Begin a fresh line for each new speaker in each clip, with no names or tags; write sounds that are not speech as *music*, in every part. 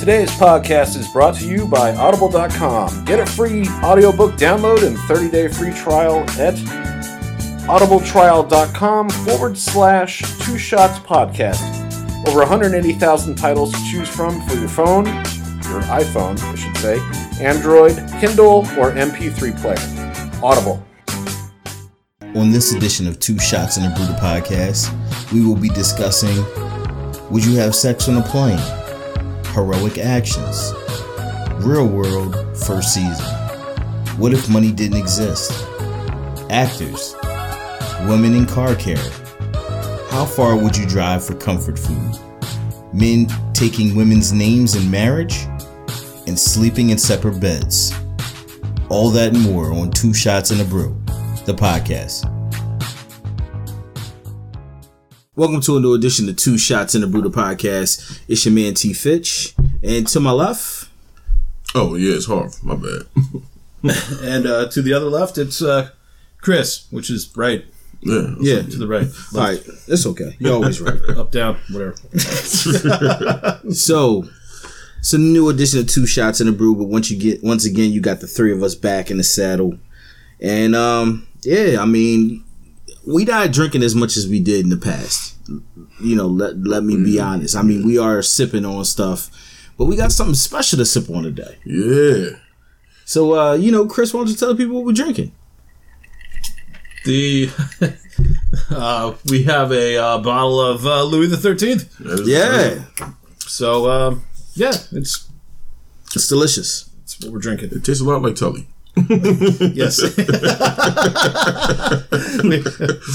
Today's podcast is brought to you by Audible.com. Get a free audiobook download and 30 day free trial at audibletrial.com forward slash two shots podcast. Over 180,000 titles to choose from for your phone, your iPhone, I should say, Android, Kindle, or MP3 player. Audible.
On this edition of Two Shots in a Brutal podcast, we will be discussing Would you have sex on a plane? Heroic actions. Real world first season. What if money didn't exist? Actors. Women in car care. How far would you drive for comfort food? Men taking women's names in marriage? And sleeping in separate beds. All that and more on Two Shots in a Brew, the podcast. Welcome to a new edition of Two Shots in a Brew, the podcast. It's your man T. Fitch, and to my left,
Oh yeah, it's hard. My bad.
And uh, to the other left, it's uh, Chris, which is right.
Yeah.
yeah,
To the right.
*laughs* all right, it's okay. You're always right.
*laughs* Up, down, whatever.
*laughs* So it's a new edition of Two Shots in a Brew, but once you get once again you got the three of us back in the saddle. And um yeah, I mean we not drinking as much as we did in the past. You know, let let me
Mm-hmm.
be honest. I mean, we are sipping on stuff, but we got something special to sip on today.
Yeah.
So uh, you know, Chris, why don't you tell the people what we're drinking?
The uh, we have a uh, bottle of uh, Louis the Thirteenth.
That is-
Yeah.
So um, yeah, it's
It's delicious.
it's what we're drinking.
It tastes a lot like Tully.
Yes.
*laughs*
We-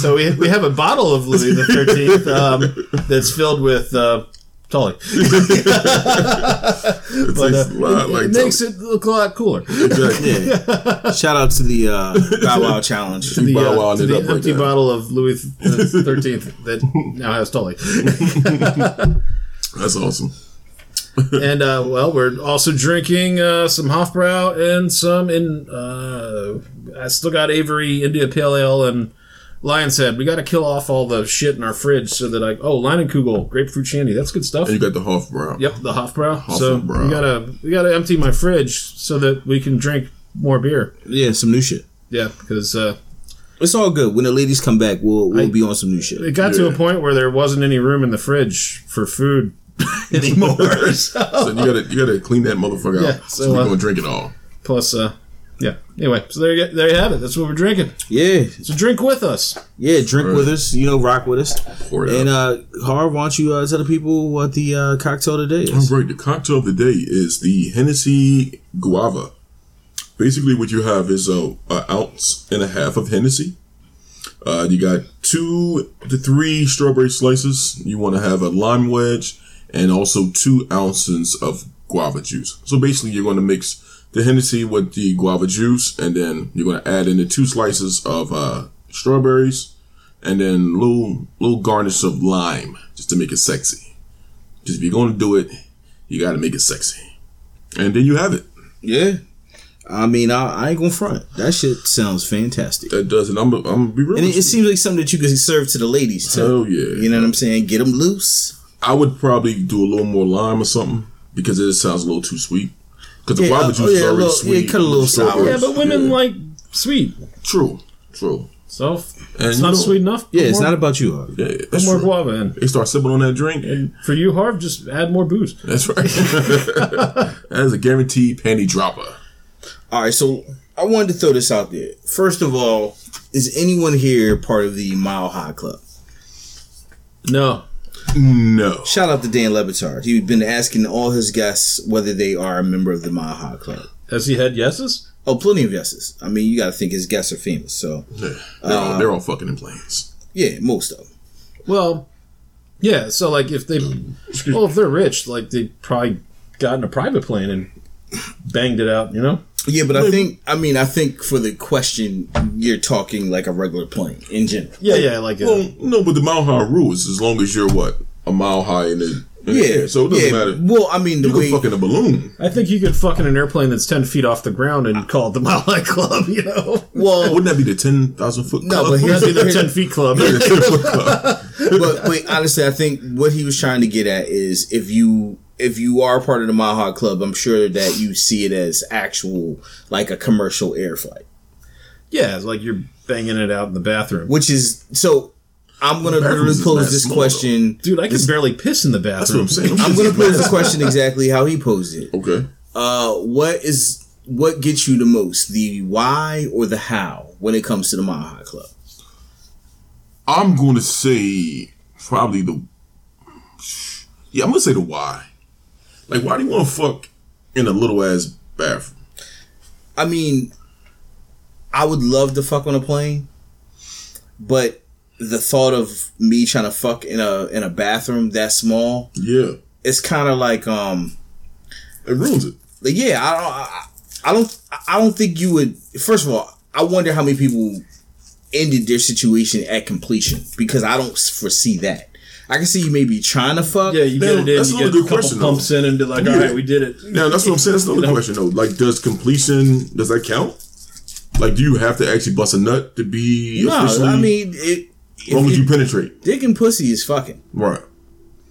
so we, we have a bottle of Louis the Thirteenth um, that's filled with uh, Tully.
It
But,
tastes
uh,
a lot
it-
like
it
Tully.
makes it look a lot cooler.
*laughs* Exactly.
Yeah.
*laughs*
Shout out to the uh, Bow Wow Challenge.
We
the,
bow
uh,
wowed
to
it
the
up like
empty
that.
bottle of Louis
*laughs*
Thirteenth that now has Tully.
That's awesome.
and uh, well, we're also drinking uh, some Hofbrau and some in. Uh, I still got Avery India Pale Ale and Lion's Head. We got to kill off all the shit in our fridge so that I. Oh, Leinenkugel, grapefruit shandy. That's good stuff.
And you got the half brown.
Yep, the Hofbrau. So
Hofbrau.
we gotta we gotta empty my fridge so that we can drink more beer.
Yeah, some new shit.
Yeah, because uh,
It's all good. When the ladies come back, we'll we'll be on some new shit.
it got to
Yeah.
a point where there wasn't any room in the fridge for food *laughs* anymore. so
So you gotta you gotta clean that motherfucker
*laughs* Yeah,
out. So,
so,
we're
uh,
gonna drink it all.
plus, uh, yeah. Anyway, so there you, there you have it. That's what we're drinking.
Yeah,
So drink with us.
yeah. Drink
Right.
with us, you know, rock with us.
Pour it
And
out.
uh, Harv, why don't you uh, tell the people what the uh, cocktail today is?
All right, the cocktail of the day is the Hennessy Guava. Basically, what you have is a, a ounce and a half of Hennessy. Uh, you got two to three strawberry slices. You want to have a lime wedge and also two ounces of guava juice. So basically, you're going to mix the Hennessy with the guava juice, and then you're going to add in the two slices of uh, strawberries, and then little little garnish of lime just to make it sexy. Because if you're going to do it, you got to make it sexy. And then you have it.
Yeah. I mean, I, I ain't gonna front. That shit sounds fantastic,
That does it. I'm, I'm gonna be real.
and
with
it,
you.
it seems like something that you could serve to the ladies too.
Oh,
Hell yeah.
You know what I'm saying? Get them loose.
I would probably do a little more lime or something because it sounds a little too sweet. Because the
Yeah,
guava
oh,
juice
yeah,
is
a
already
little-
sweet.
yeah, cut a little sour.
Strawberries,
Yeah, but women
yeah.
like sweet.
true, true.
So
And
it's
you
not
know-
sweet enough.
Yeah,
put
it's
more,
not about you, Harv.
Yeah,
put
that's
more
true.
guava in.
They start sipping on that drink.
And for you, Harv, just add more booze.
That's
*laughs*
right. that is a guaranteed panty dropper.
All right, so I wanted to throw this out there. First of all, is anyone here part of the Mile High Club?
No,
No,
Shout out to Dan Levitard. He's been asking all his guests whether they are a member of the Mile High Club.
has he had yeses?
Oh, plenty of yeses. I mean, you got to think his guests are famous. So,
Yeah, they're, all, they're all fucking in planes.
yeah, most of them.
Well, yeah. So like, if they, well, if they're rich, like they probably got in a private plane and banged it out. You know,
Yeah, but I think, I mean, I think for the question, you're talking like a regular plane in general.
yeah, yeah. Like, uh,
Well, no, but the mile high rule is as long as you're what a mile high in the in the
Yeah.
air, so it doesn't
yeah.
matter.
Well, I mean, the
You
way.
can fucking a balloon.
I think you could fuck in an airplane that's ten feet off the ground and call it the *laughs* Mile High Club. You know,
well,
Wouldn't that be the ten thousand foot?
No,
club?
but here's-
that'd be
*laughs*
the ten feet club.
Foot club.
but wait, honestly, I think what he was trying to get at is if you if you are part of the Maha Club, I'm sure that you see it as actual like a commercial air flight,
*laughs* Yeah, it's like you're banging it out in the bathroom.
which is so. I'm gonna
Bathroom is
pose
not
this
small,
question.
Dude, I can barely piss in the
That's what
bathroom.
I'm saying.
I'm
*laughs*
gonna pose this question exactly how he posed it.
Okay.
Uh, what is what gets you the most, the why or the how, when it comes to the Maha Club?
I'm going to say probably the. Yeah, I'm going to say the why. Like, why do you want to fuck in a little ass bathroom?
I mean, I would love to fuck on a plane, but the thought of me trying to fuck in a in a bathroom that small,
Yeah.
it's kind of like um,
It ruins it.
like, yeah, I don't, I, I don't, I don't think you would. First of all, I wonder how many people ended their situation at completion because I don't foresee that. I can see you maybe trying to fuck.
Yeah, you
Now,
get it in,
that's
you
not a
get
good
a couple
question, though.
pumps in, and be like,
Yeah.
all right, we did it.
Now, that's what I'm saying. That's another
You know?
question, though. Like, does completion, does that count? Like, do you have to actually bust a nut to be
no,
officially.
I mean, it,
as long
if
as
you-
you penetrate.
dick and pussy is fucking.
Right.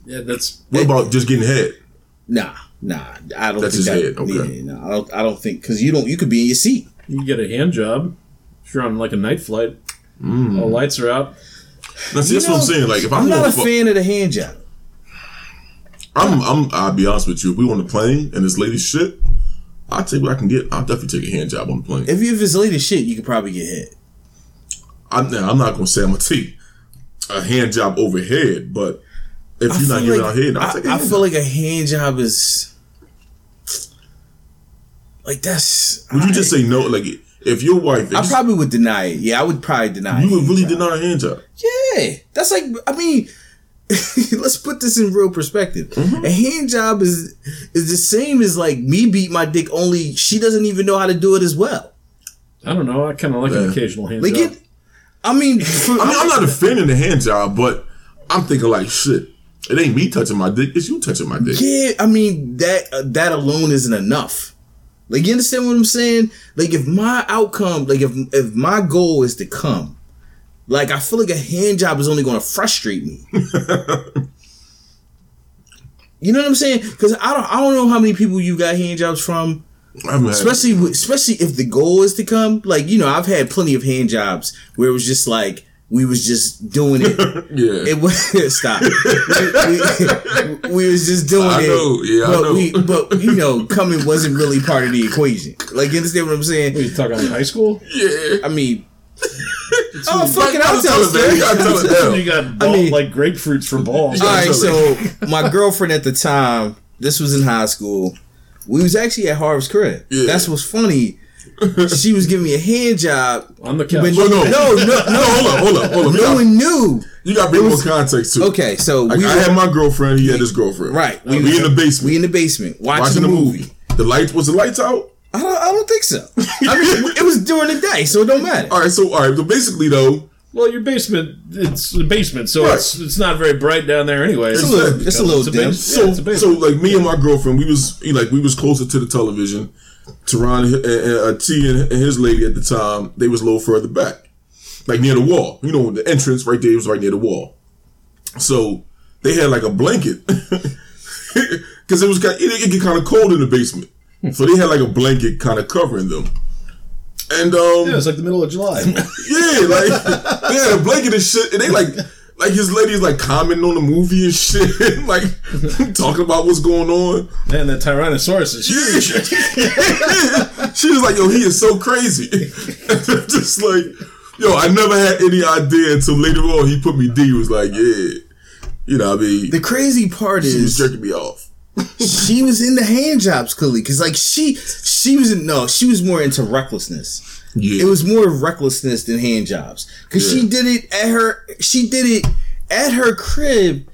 Yeah, that's
What about just getting head?
Nah, nah, I don't. think
That's his
that,
head, okay.
Yeah, no, I don't. I don't think because you don't. You could be in your seat.
you get a hand job if you're on like a night flight. All lights are out.
Now, see, that's what I'm
know,
saying. Like, if
I'm
I'm,
not
gonna
a
fuck,
fan of the hand job.
I'm, I'm, I'll be honest with you. If we on the plane and this lady shit, I will take what I can get. I'll definitely take a hand job on the plane.
If you if it's late as shit, you could probably get hit.
I'm, now, I'm not gonna say I'm gonna take a hand job overhead, but if you're not
feel
giving
like-
out head, I'll take a
I, I
hand
feel
job.
like a hand job is like that's.
Would you just say no? Like, if your wife,
I probably would deny it. Yeah, I would probably deny.
you
a
would
hand
really
job.
deny a hand job.
Yeah, that's like I mean, *laughs* let's put this in real perspective.
Mm-hmm.
A hand job is is the same as like me beat my dick. Only she doesn't even know how to do it as well.
I don't know. I kind of like
Yeah.
an occasional hand
Like
job.
it, I mean, for,
I mean, I'm not defending the hand job, but I'm thinking like, shit, it ain't me touching my dick. It's you touching my dick.
*laughs* yeah, I mean that uh, that alone isn't enough. Like you understand what I'm saying? Like if my outcome, like if if my goal is to come, like I feel like a hand job is only going to frustrate
*laughs*
me. you know what I'm saying? Because I don't I don't know how many people you got hand jobs from.
I haven't had-
especially with, especially if the goal is to come like you know i've had plenty of hand jobs where it was just like we was just doing
*laughs*
it
yeah.
it was *laughs* stop we, we, we was just doing
I
it
know. Yeah, I
but
know.
we but you know coming wasn't really part of the equation like you understand what i'm
What are
saying
you talking about high school?
yeah.
i
*laughs*
mean oh fucking
gotta
i'll tell
tell
a
it, man.
story
You gotta
*laughs*
tell it.
That's when you got ball,
mean-
like grapefruits for balls.
All
Yeah.
right, so my girlfriend at the time, this was in high school. We was actually at Harv's crib.
Yeah.
That's what's funny. She was giving me a hand job.
On the couch.
when-
Well, no.
no, no,
No, hold on, hold on, hold on. You
no
gotta-
one knew.
You got to bring more context to it.
Okay, so
Like,
we
I
were-
had my girlfriend. He had his girlfriend.
right.
We,
was-
in the basement.
We in the basement watching,
watching
the
the
movie.
movie. The lights was the lights out.
I don't. I don't think so. I mean, it was during the day, so it don't matter.
All right. So all right. So basically though,
well, your basement, it's the basement, so
Right.
it's it's not very bright down there anyway. It's,
a little- it's a little dim.
bas- yeah,
so
it's
so
a basement.
like me and my girlfriend, we was you know, like we was closer to the television. Teron and, and, uh, T and his lady at the time, they was a little further back, like near the wall. You know, the entrance right there was right near the wall. So they had like a blanket *laughs* because it was kind. It, it get kind of cold in the basement, so they had like a blanket kind of covering them. And um,
yeah, it's like the middle of July.
*laughs*
Yeah, like they had a blanket and shit, and they like like his lady's like commenting on the movie and shit, *laughs* like talking about what's going on.
*laughs*
*laughs*
Man, that Tyrannosaurus is
Yeah.
huge.
she was like, "Yo, he is so crazy," *laughs* just like, "Yo, I never had any idea until later on he put me D." He Was like, "Yeah, you know, what I mean,
The crazy part
he was
is
jerking me off."
she was in the hand jobs clearly, because like she she was in no, she was more into recklessness.
Yeah,
It was more recklessness than hand jobs, because she
Yeah.
did it at her she did it at her crib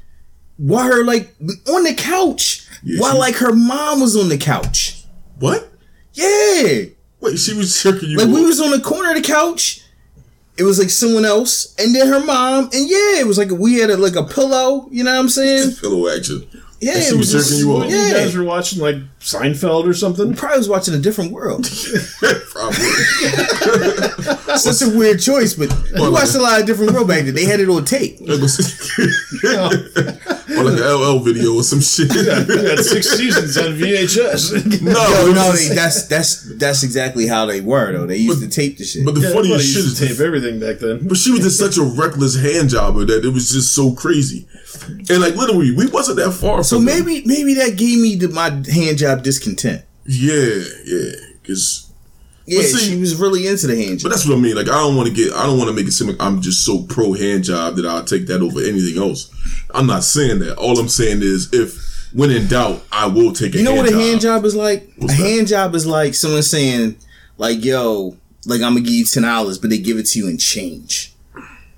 while her like on the couch
Yeah,
while
she-
like her mom was on the couch.
what?
Yeah.
Wait, she was jerking you
Like
off?
we was on the corner of the couch. It was like someone else, and then her mom, and yeah, it was like we had a, like a pillow. You know what I'm saying?
pillow action.
Yeah,
And she
it
was
was just,
jerking you off.
You
yeah.
guys were watching like Seinfeld or something. *laughs*
Probably was watching a different
*laughs*
world.
Probably.
*laughs* Such a weird
*laughs*
choice, but we watched a lot of different world back then. They had it on tape.
Like, or like an LL video or some shit.
We had six seasons on VHS.
No,
Yo,
it
no,
was-
they- that's that's that's exactly how they were though. They used to tape the shit.
but the
Yeah,
funniest
everybody
shit
used
is
to tape everything back then.
But she was just such a reckless hand jobber that it was just so crazy. And like literally, we wasn't that far.
so
from them.
maybe maybe that gave me the, my hand job discontent.
yeah, yeah, because.
Yeah,
see-
she was really into the hand
But
job.
that's what I mean. Like I don't want to get. I don't want to make it seem like I'm just so pro hand job that I'll take that over anything else. I'm not saying that. All I'm saying is if when in doubt, I will take. A
You know what a hand job is like?
What's
a
that?
hand job is like someone saying, like, yo, like I'm gonna give you ten dollars, but they give it to you in change.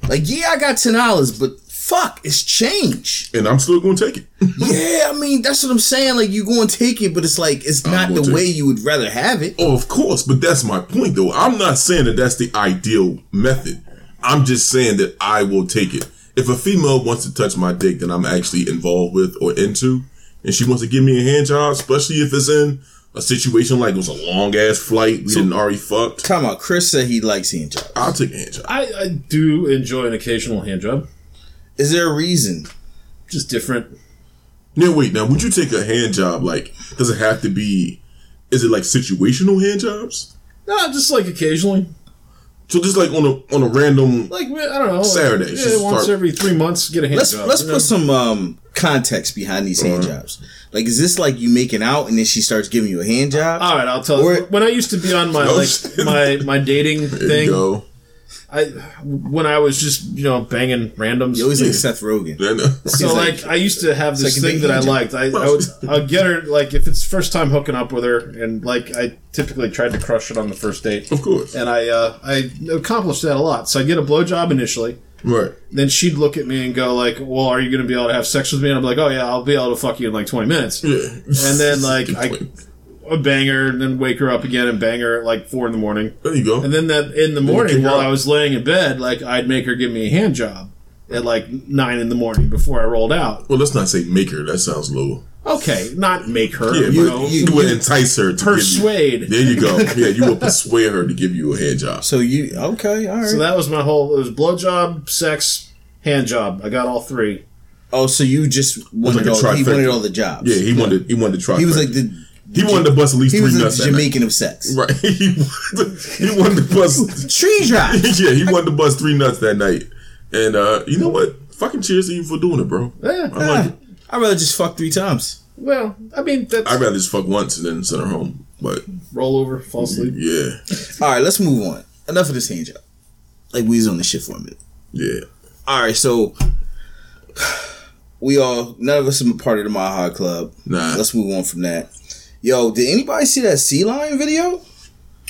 Like, yeah, I got ten dollars, but fuck, it's change.
and I'm still gonna take it.
yeah, I mean, that's what I'm saying. Like, you going to take it, but it's like it's not
gonna
the
take
way you would rather have it.
Oh, of course, but that's my point though. I'm not saying that that's the ideal method. I'm just saying that I will take it. If a female wants to touch my dick that I'm actually involved with or into, and she wants to give me a hand job, especially if it's in a situation like it was a long ass flight, we didn't already fucked,
Come on, Chris said he likes hand jobs.
I'll take a hand job.
I, I do enjoy an occasional hand job.
Is there a reason?
Just different.
Now wait, now would you take a hand job? Like, does it have to be? Is it like situational hand jobs?
No, just like occasionally.
So just like on a on a random
Like, I don't know. like,
Saturday,
Yeah,
just
once
start-
every three months, get a hand
Let's
job.
let's
you know?
put some um context behind these hand jobs. Like, is this like you making out and then she starts giving you a hand job?
All right, I'll tell
Or-
you. When I used to be on my
No
*laughs*
like
shit.
my my dating
there you
thing,
go.
I when I was just you know banging randoms.
You always like Seth Rogen.
Then, *laughs* uh,
*laughs* So
He's *laughs*
like,
like-
I used to have
like
this
a
thing
big
that I
hand job.
liked. I, I would
*laughs*
I'd get her like if it's first time hooking up with her, and like I typically tried to crush it on the first
*laughs*
date,
of course,
and I uh, I accomplished that a lot. So I get a blowjob initially,
right?
then she'd look at me and go like, "Well, are you going to be able to have sex with me?" And I'm like, "Oh yeah, I'll be able to fuck you in like 20 minutes."
Yeah.
And then, like, I-
Wait,
I'd bang her, and then wake her up again and bang her at like four in the morning.
there you go.
And then that in the
kick
morning
her
while
out.
I was laying in bed, like I'd make her give me a hand job at like nine in the morning before I rolled out.
Well, let's not say make her. That sounds low.
Okay, not make her,
Yeah,
you,
you,
know,
you would entice her to
persuade.
Give you, there you
*laughs*
go. Yeah, you would persuade her to give you a hand job.
So you okay? All right.
So that was my whole. It was blowjob, sex, hand job. I got all three.
oh, so you just wanted
like a
all, he
trifecta.
wanted all the jobs.
Yeah, he wanted. He wanted to try.
he was
first.
like the
he wanted to bust at least
he
three
was
nuts.
the
that night.
Jamaican of sex.
Right. *laughs* He wanted, to- he wanted to bust. *laughs*
Tree drop.
yeah, he wanted to bust three nuts that night. And uh, you know what? Fucking cheers to you for doing it, bro.
Eh,
I like it.
I'd rather just fuck three times.
well, I mean that's
I'd rather just fuck once and then send her home. But
roll over, fall asleep.
yeah,
All right, let's move on. Enough of this hand job. Like we was on this shit for a minute.
yeah.
All right, so *sighs* we all none of us are part of the My High Club.
Nah.
Let's move on from that. Yo, did anybody see that sea lion video?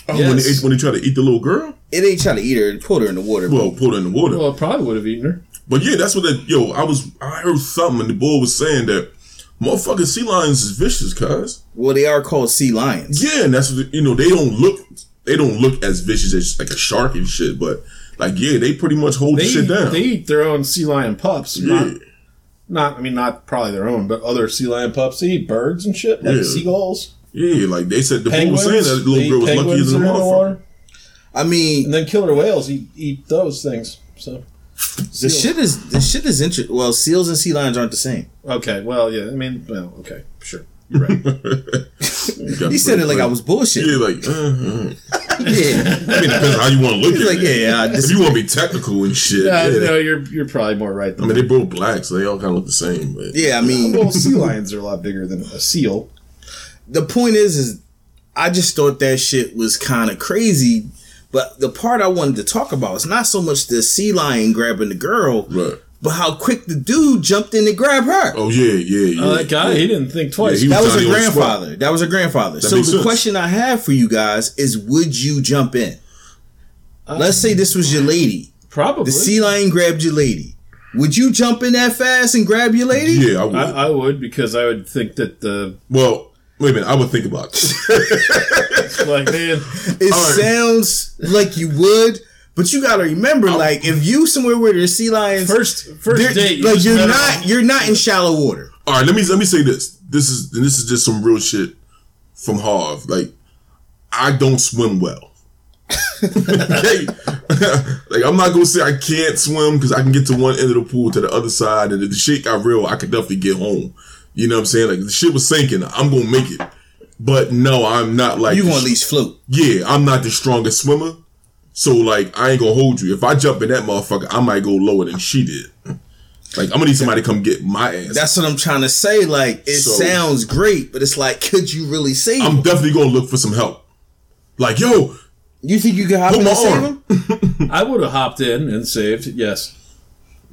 Oh, when,
Yes.
they, when they tried to eat the little girl,
It ain't trying to eat her. It pulled her in the water.
well, put her in the water.
Well, I probably would have eaten her.
But yeah, that's what that yo. I was I heard something, and the boy was saying that motherfucking sea lions is vicious, cuz.
well, they are called sea lions.
Yeah, and that's what you know. They don't look they don't look as vicious as like a shark and shit, but like yeah, they pretty much hold
They
the shit down.
they eat their own sea lion pups.
yeah,
Not, not I mean not probably their own, but other sea lion pups. They eat birds and shit like
Yeah.
seagulls,
yeah. Like they said, the boy was
penguins.
saying that the little
They eat
girl was lucky
penguins
as a
that are in the water.
motherfucker.
I mean,
And then killer whales eat, eat those things. So
the shit is the shit is interesting. Well, seals and sea lions aren't the same.
okay, well yeah, I mean well okay, sure, you're *laughs* right.
He said it like I was bullshit.
Yeah, like uh, uh.
Yeah,
I mean, it depends how you want to look
he's
at
like,
it.
yeah, yeah. I
If
dis-
you want to be technical and shit,
Uh,
yeah.
no, you're you're probably more right
I
than
mean, they both black, so they all kind of look the same. But
yeah, I mean,
*laughs* well, sea lions are a lot bigger than a seal.
the point is is I just thought that shit was kind of crazy. But the part I wanted to talk about is not so much the sea lion grabbing the girl,
Right.
but how quick the dude jumped in to grab her.
Oh yeah, yeah, yeah.
Uh, that guy, he didn't think twice.
Yeah, he
that was
Johnny
her
on the spot.
grandfather. That was her grandfather. so the
makes sense.
question I have for you guys is would you jump in? Let's say this was your lady.
probably.
The sea lion grabbed your lady. Would you jump in that fast and grab your lady?
yeah, I would.
I, I would because I would think that the
Well, wait a minute. I would think about it.
like *laughs* man,
It
Alright.
sounds like you would, but you gotta remember, like if you somewhere where there's sea lions,
first
they're-
first date, you
like
just
you're
met
not
him.
you're not in shallow water.
All right, let me let me say this. This is and this
*laughs*
is just some real shit from Harv. Like, I don't swim well. okay. *laughs* like I'm not gonna say I can't swim because I can get to one end of the pool to the other side, and if the shit got real, I could definitely get home. You know what I'm saying? Like if the shit was sinking, I'm gonna make it. But no, I'm not like
You gonna at least float.
yeah, I'm not the strongest swimmer. So like I ain't gonna hold you. If I jump in that motherfucker, I might go lower than she did. Like I'm gonna need somebody to come get my ass.
That's what I'm trying to say. Like it
So-
sounds great, but it's like, *laughs* could you really save
I'm
him?
definitely gonna look for some help. Like yo,
You think you can hop
Hold
in
my
and save
arm.
him?
*laughs* I would have hopped in and saved. Yes.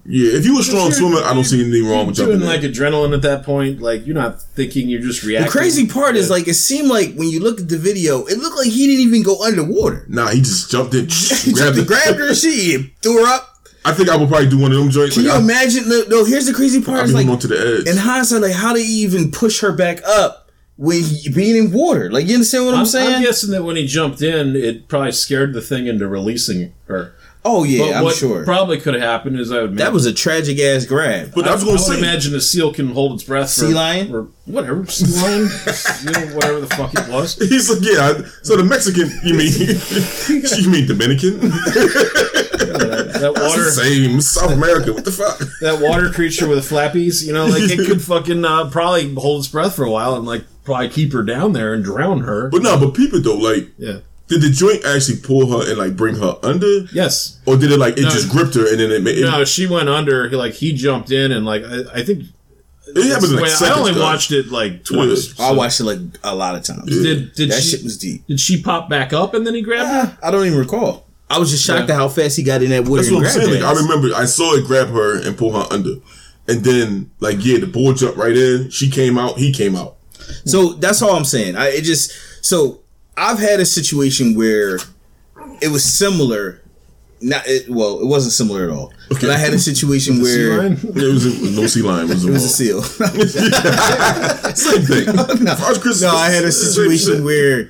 yeah, if you a strong
you're-
swimmer, I don't see anything wrong with
doing
jumping in.
like adrenaline at that point. Like you're not thinking, you're just
The
reacting.
crazy part is like it seemed like when you look at the video, it looked like he didn't even go underwater.
nah, he just jumped
*laughs*
in,
He
grabbed
just
it.
grabbed her, she threw her up.
I think I would probably do one of them joints.
Can
like,
you
I-
imagine? No, no, here's the crazy part.
I
Is
mean,
like
went to the edge.
in hindsight, like how do you even push her back up when he, being in water? Like you understand what I'm,
I'm,
saying?
I'm guessing that when he jumped in, it probably scared the thing into releasing her.
oh
But
yeah, I'm
what
sure.
probably could have happened is I would
that was a tragic ass grab.
but I,
I,
was gonna
I would
say,
imagine a seal can hold its breath.
Sea
for-
lion?
or whatever, sea lion, *laughs* you know, whatever the fuck it was.
*laughs* he's like, yeah. I- So the Mexican, you
*laughs*
mean, *laughs* you mean Dominican?
That water,
Same South America. What the fuck?
that water creature with the flappies, you know, like it could fucking uh, probably hold its breath for a while and like probably keep her down there and drown her.
But no, but people though, like,
yeah.
did the joint actually pull her and like bring her under,
Yes.
or did it like it
No.
just gripped her and then it made it,
No, she went under. he, Like he jumped in and like I, I think
it happened in like
Wait, I
seconds,
only
dog.
watched it like twice.
I watched it like a lot of times.
Did did
that
she
shit was deep.
did she pop back up and then he grabbed *laughs* her?
I don't even recall. I was just shocked
Yeah.
at how fast he got in that water.
That's
and
what I'm
grabbed
saying. Like,
her
I
ass.
remember I saw it grab her and pull her under, and then like yeah, the boy jumped right in. She came out. He came out.
So that's all I'm saying. I it just so I've had a situation where it was similar. Not it, well, it wasn't similar at all. But I had a
*laughs*
situation
Sea
*laughs* where
lion?
It was a, no sea lion. It
*laughs*
was,
it was a seal.
Same thing. *laughs*
no, I had a situation where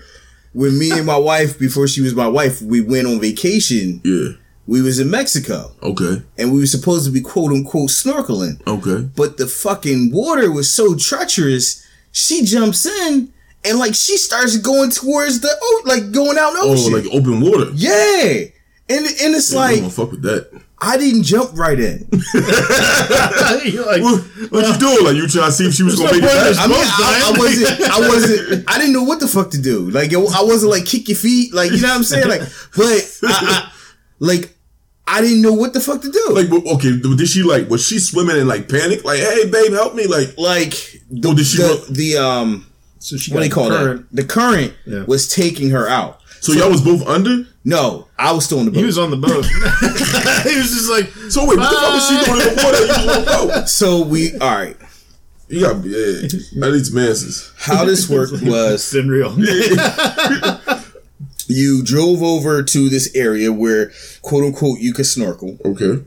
when me and my wife, before she was my wife, we went on vacation.
Yeah.
We was in Mexico
Okay.
and we were supposed to be quote unquote snorkeling.
Okay.
But the fucking water was so treacherous, she jumps in and like she starts going towards the oh like going out in the
Oh,
ocean.
like open water.
yeah. And, and it's
I don't
like
wanna fuck with that.
I didn't jump right in.
You're like,
What, what you doing? Like you trying to see if she was gonna make it
I
back?
mean, I, I wasn't, I wasn't, I didn't know what the fuck to do. Like, it, I wasn't like kick your feet, like you know what I'm saying. Like, but I, I, like, I didn't know what the fuck to do. Like,
*laughs* Like well, okay, did she like was she swimming in like panic? Like hey babe, help me! Like
the,
Oh, did she
the,
look-
the um,
so she
what do you
got
call
current.
that? The current
Yeah.
was taking her out.
so y'all was both under.
No, I was still in the boat.
He was on the
*laughs*
boat. he was just like,
So wait, what the fuck was she doing in the water? You just walked out.
so we, all right.
You got yeah. I need some answers.
How this worked was
it's in real.
you drove over to this area where quote unquote you could snorkel.
Okay,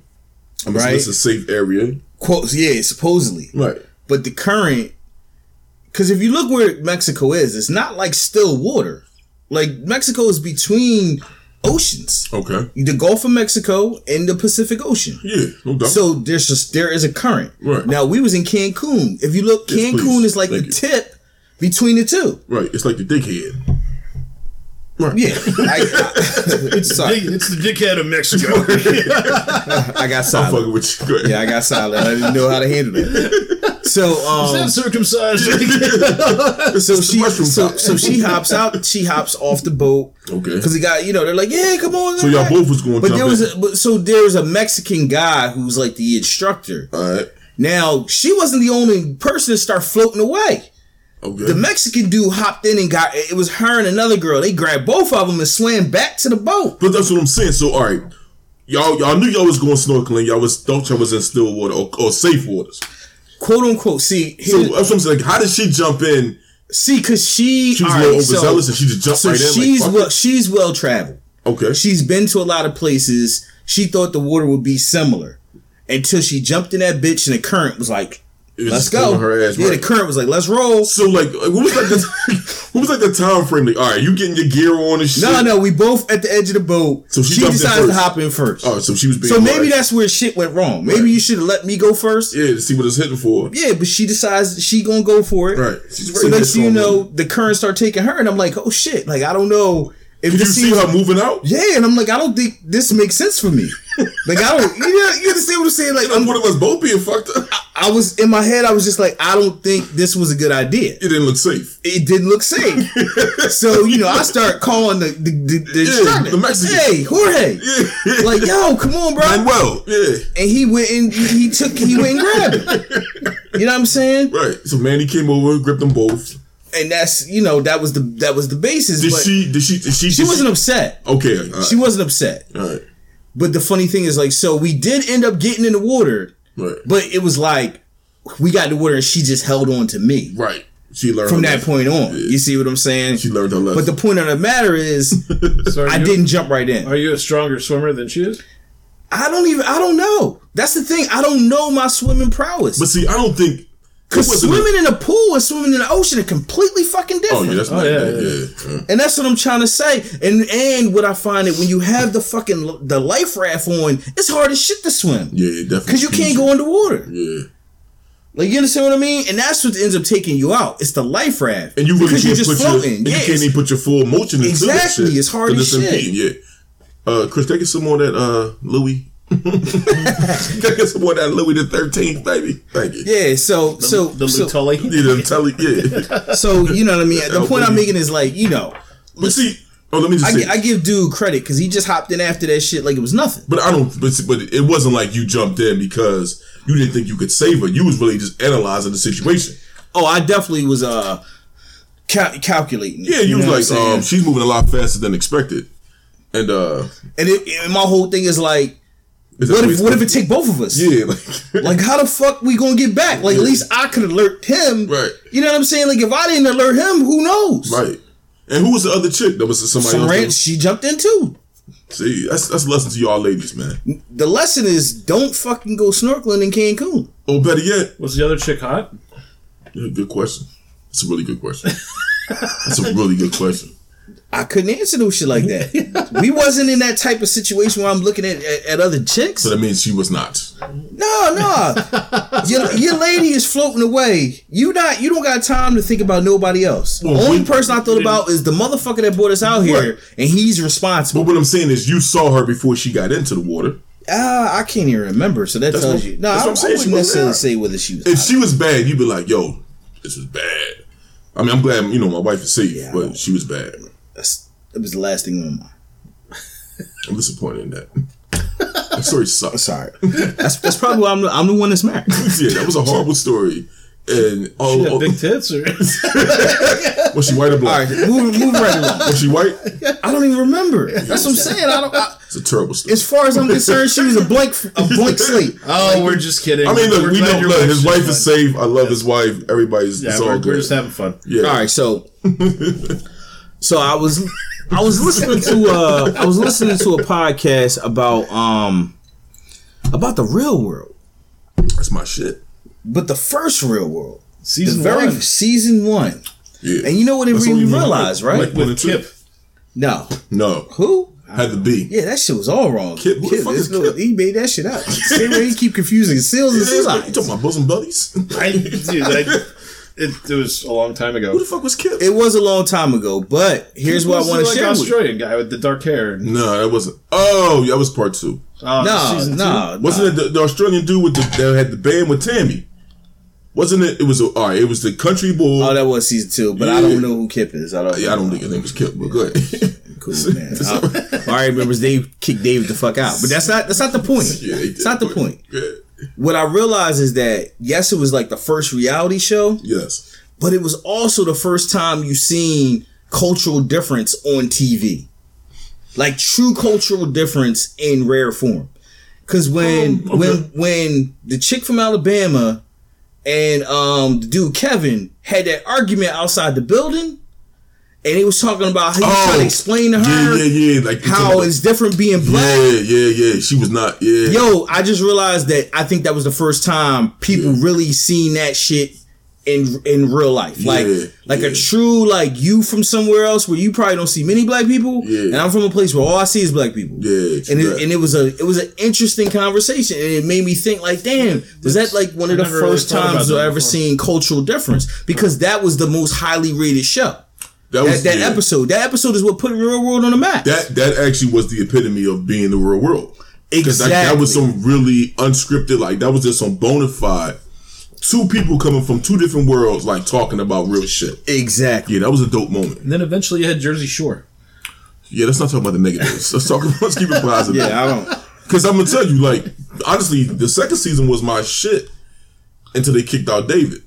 I'm
Right.
right. It's a safe area.
Quote, yeah, supposedly.
Right.
but the current because if you look where mexico is it's not like still water like mexico is between oceans
Okay.
the gulf of mexico and the pacific ocean
Yeah. No doubt.
so there's just there is a current
Right.
now we was in cancun if you look
Yes,
cancun
please.
is like
Thank
the
you.
tip between the two
right. It's like the dickhead. Right.
yeah *laughs* I, *laughs* I,
*laughs*
sorry
It's the dickhead of Mexico.
i got
I'm
silent
fucking with you. Go ahead.
yeah i got silent i didn't know how to handle that so um
circumcised.
so she
mushroom
so,
top.
so
*laughs*
she hops out. She hops off the boat.
Okay.
Because the guy, you know, they're like, "Yeah, come on."
So y'all both was going
But
jump
there was
in.
a, but, so there was a Mexican guy who's like the instructor.
All right.
Now she wasn't the only person to start floating away.
Okay.
The Mexican dude hopped in and got it was her and another girl. They grabbed both of them and swam back to the boat.
But that's what I'm saying. So all right, y'all y'all knew y'all was going snorkeling. Y'all was thought y'all was in still water or, or safe waters.
"Quote unquote." See,
So uh,
here,
that's what I'm saying. Like, how did she jump in?
see, because she
She was
all
a
right,
little
so-
overzealous and she just jumped
So
right in. like,
she's
fuck
well,
it.
she's well traveled.
okay.
She's been to a lot of places. She thought the water would be similar until she jumped in that bitch and the current was like,
It was
let's
just pulling
go.
Her ass
yeah,
right.
the current was like, let's roll.
so like, what was like
*laughs*
the *laughs* what was like the time frame? Like, all right, you getting your gear on and shit.
No, no, we both at the edge of the boat.
So she
she
jumped in
decides to
first.
hop in first.
Oh, so she was being
so maybe
that
that's where shit went wrong. Maybe
Right.
you should have let me go first.
yeah to see what it's hitting for.
Yeah, but she decides she gonna go for it.
Right. She's
So
very
next thing you
headstrong
know,
woman.
the current start taking her, and I'm like, oh shit! Like I don't know If
Did you
this
see
seems-
her moving out?
Yeah, and I'm like, I don't think this makes sense for me. Like, I don't. You, know, you understand what I'm saying? Like,
One
I'm,
of us both being fucked
*laughs*
up.
I was in my head. I was just like, I don't think this was a good idea.
It didn't look safe.
It didn't look
*laughs*
safe. so you know, I start calling the the, the, the,
Yeah,
instructor.
the Mexican.
Hey, Jorge.
*laughs*
Like, yo, come on, bro.
Manuel. Yeah.
and he went and he took he went and grabbed
*laughs*
it. You know what I'm saying?
Right. So Manny came over, gripped them both.
And that's you know that was the that was the basis.
Did
but she,
she? Did she? Did she? did
wasn't upset.
Okay. All right.
She wasn't upset.
all right.
But the funny thing is, like, so we did end up getting in the water,
Right.
but it was like we got in the water and she just held on to me
right. She learned
from
her
that
lesson.
point on. You see what I'm saying?
She learned her lesson.
But the point of the matter
*laughs*
is,
So are
I
you-
didn't jump right in.
Are you a stronger swimmer than she is?
I don't even. I don't know. That's the thing. I don't know my swimming prowess.
but see, I don't think. it
Because
wasn't a-
swimming in a pool and swimming in the ocean are completely fucking
Oh
different.
yeah, that's not
yeah,
bad.
yeah.
Yeah. yeah.
And that's what I'm trying to say. And and what I find that when you have the fucking the life raft on, it's hard as shit to swim
Yeah, it definitely.
because you can't go underwater.
Yeah.
Like you understand what I mean? And that's what ends up taking you out. It's the life raft.
And you really
because
can't
you're just
put your
floating.
and
yeah,
you can't
it's-
even put your full motion into this
Exactly,
shit.
it's hard as
'Cause in
shit.
pain, Yeah. Uh, Chris, can I get some more of that uh,
*laughs*
Louis? can I get some more of that Louis the Thirteenth, baby? Thank you.
yeah. So so
the
so,
Lutulli?
*laughs* Yeah, I'm telling
*laughs*
yeah.
so you know what I
*laughs*
mean. The
Oh,
point I'm
baby.
making is like you know
But see, oh, let me just
I,
say,
gi- I give dude credit because he just hopped in after that shit like it was nothing.
but I don't, but, see, but it wasn't like you jumped in because you didn't think you could save her. You was really just analyzing the situation.
Oh, I definitely was uh cal- calculating.
Yeah, you,
know what I'm
was like,
saying?
um, she's moving a lot faster than expected, and uh,
and, it, and my whole thing is like,
is that
what
way it's
if what if
gonna-
it take both of us?
Yeah, *laughs* like,
Like, how the fuck we gonna get back? Like, at least I could alert him.
Right.
You know what I'm saying? Like, if I didn't alert him, who knows?
right. And who was the other chick that was somebody
Some
else?
ranch, she jumped in too.
See, that's that's a lesson to y'all ladies, man.
The lesson is don't fucking go snorkeling in Cancun.
Or Oh, better yet,
Was the other chick hot?
yeah, good question. That's a really good question. That's a really good question.
I couldn't answer no shit like
*laughs*
that. we wasn't in that type of situation where I'm looking at at, at other chicks.
So that means she was not.
No, no. *laughs* your, your lady is floating away. You not you don't got time to think about nobody else.
Well,
Only
we-
person I thought about is the motherfucker that brought us out here, and he's responsible.
But what I'm saying is, you saw her before she got into the water.
Ah, I can't even remember. So that
That's
tells
what-
you. No,
that's
I,
what I'm
I
saying. She
wouldn't
wasn't
necessarily
there.
say whether she was.
If she was bad, you'd be like, "Yo, this was bad." I mean, I'm glad you know my wife is safe, but she was bad.
That's, that was the last thing on my mind.
I'm disappointed in that. that story sucks.
Sorry. *laughs* That's that's probably why I'm the, I'm the one that's married.
yeah, that was a horrible story. And oh,
She had
oh,
big tits or
was she white or
All
black?
right, moving moving right along.
Was she white?
I don't even remember. That's what *laughs* I'm saying. I don't. I,
It's a terrible story.
as far as I'm concerned, she was a blank a blank slate.
Oh, we're just kidding.
I mean,
We're
look, we
glad
don't
your
look. His
wife's
wife is safe. I love his wife. Everybody's
Yeah,
it's
we're,
all
we're
good.
just having fun.
Yeah.
All right, so so I was I was listening to uh I was listening to a podcast about um about the real world,
That's my shit.
but the first real world, the
Season
very
one.
season one.
Yeah.
And you know what it
That's
made
what
me
we
realize,
want.
right?
Like one and
With
two.
Kip.
no,
No.
who?
Had to be.
Yeah, that shit was all wrong.
Kip, who the fuck
this
is
little-
Kip?
He made that shit up. Same way he keep confusing seals and
You
seals.
talking about bosom buddies? *laughs* Who
I, dude, I, it, it was a long time ago.
the fuck was Kip?
It was a long time ago, but here's what I
Who's the,
want to
like,
share with you.
Australian guy with the dark hair. and-
no, that wasn't. Oh, yeah, that was part two.
Oh,
No,
season two?
no,
Wasn't it the, the Australian dude with the that had the band with Tammy? Wasn't it? It was a, all right. It was the country boy.
Oh, that was season two, but I
Yeah.
don't know who Kip is. I don't.
yeah, I don't think his name was Kip, but good. *laughs*
Cool man. I, *laughs* all I remember is they kicked David the fuck out, but that's not that's not the point.
*laughs* yeah, they did,
it's not the
but-
point.
Yeah.
What I realized is that yes, it was like the first reality show,
Yes.
but it was also the first time you seen cultural difference on TV, like true cultural difference in rare form. Because when
Um, okay.
when when the chick from Alabama and um the dude Kevin had that argument outside the building, and he was talking about he was
Oh.
trying to explain to her
Yeah, yeah, yeah. Like you talking
how
about-
it's different being
Yeah,
black.
yeah, yeah. She was not. Yeah.
Yo, I just realized that I think that was the first time people really seen that shit in in real life. Like
Yeah,
like
yeah.
a true like you from somewhere else where you probably don't see many black people.
Yeah.
And I'm from a place where all I see is black people.
Yeah, true
And
that.
it, and it was a it was an interesting conversation and it made me think like damn was that like one of the
I never really
first
thought about
times
that
I ever
before.
seen cultural difference because that was the most highly rated show.
That
That,
was
that
yeah.
episode. That episode is what put Real World on the map.
That that actually was the epitome of being the real world. Because
exactly.
that, that was some really unscripted, like that was just some bona fide two people coming from two different worlds, like talking about real shit.
exactly.
Yeah, that was a dope moment.
And then eventually you had Jersey Shore.
Yeah, let's not talk about the negatives. Let's talk. Let's keep it positive.
*laughs* Yeah, I don't.
Because I'm gonna tell you, like, honestly, the second season was my shit until they kicked out David,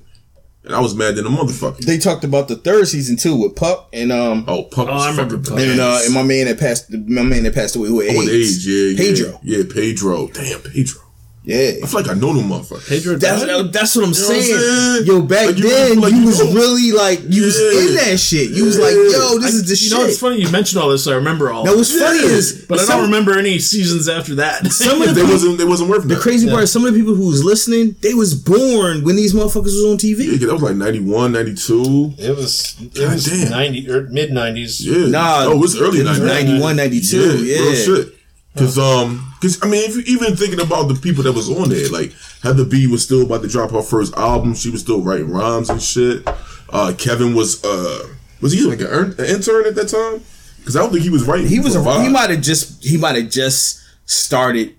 and I was mad than a motherfucker.
They talked about the third season too with Pup and um
Oh, Puck was
I remember
fucking
Puck.
badass.
and uh and my man that passed my man that passed away who had
Oh, with
AIDS.
age, yeah, yeah,
Pedro.
yeah, Pedro. Damn, Pedro.
Yeah.
I feel like I know them motherfuckers.
Pedro
That's,
died?
that's what I'm
know what I'm
saying.
saying?
Yo, back
Like, you-
then
like,
you,
you
was
know.
really like you was
Yeah.
in that shit. You was like,
Yeah.
yo, this
I-
is the
you
shit.
know, it's funny you mentioned all this. So I remember all.
Now
of
what's
this.
funny is,
but I
some-
don't remember any seasons after that.
*laughs* some of
They
the people,
wasn't. They wasn't worth
the
nothing.
crazy part is some of the people who was listening, they was born when these motherfuckers was on TV.
Yeah, that was like 91, 92.
It was it
God
was
damn.
ninety or mid nineties.
Yeah.
Nah,
Oh, it was early
it was
90s.
91, 92, yeah.
Real shit. Cause um, cause I mean, if you even thinking about the people that was on there, like Heather B was still about to drop her first album. She was still writing rhymes and shit. Uh, Kevin was uh, was he like an, earn- an intern at that time? Cause I don't think he was writing.
He was
for
a,
Vibe.
he might have just he might have just started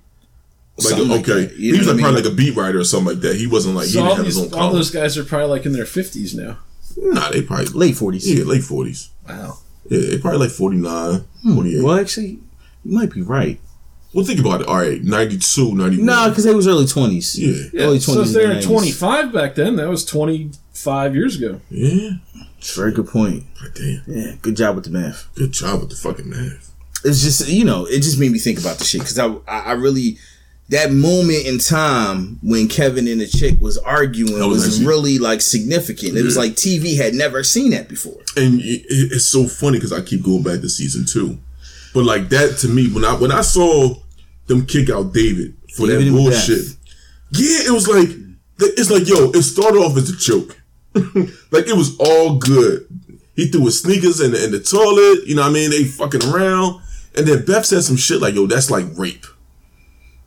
like
something like
okay.
that, you
he
know
was
what
like
I
probably
mean?
like a beat writer or something like that. He wasn't like he
So
didn't
all,
have his
these,
own
all
column.
those guys are probably like in their fifties now.
Nah, they probably
late forties.
yeah late forties.
Wow.
Yeah, they probably like 49, 48.
Well, actually, you might be right.
Well, think about it. All right, 92, 91.
Nah, because they was early twenties.
Yeah.
early
so if
twenties.
they're twenty five back then, that was twenty five years ago.
yeah.
Very good point.
God damn.
Yeah, good job with the math.
Good job with the fucking math.
It's just you know, it just made me think about the shit because I, I I really that moment in time when Kevin and the chick was arguing
That was
was,
actually-
really like significant. It was
Yeah.
like TV had never seen that before.
And it, it- it's so funny because I keep going back to season two, but like that to me when I when I saw them kick out David for
David
that
and
bullshit,
Beth.
yeah, it was like it's like yo, it started off as
*laughs*
a joke, like it was all good. He threw his sneakers in the, in the toilet, you know what I mean? They fucking around, and then Beth said some shit like yo, that's like rape.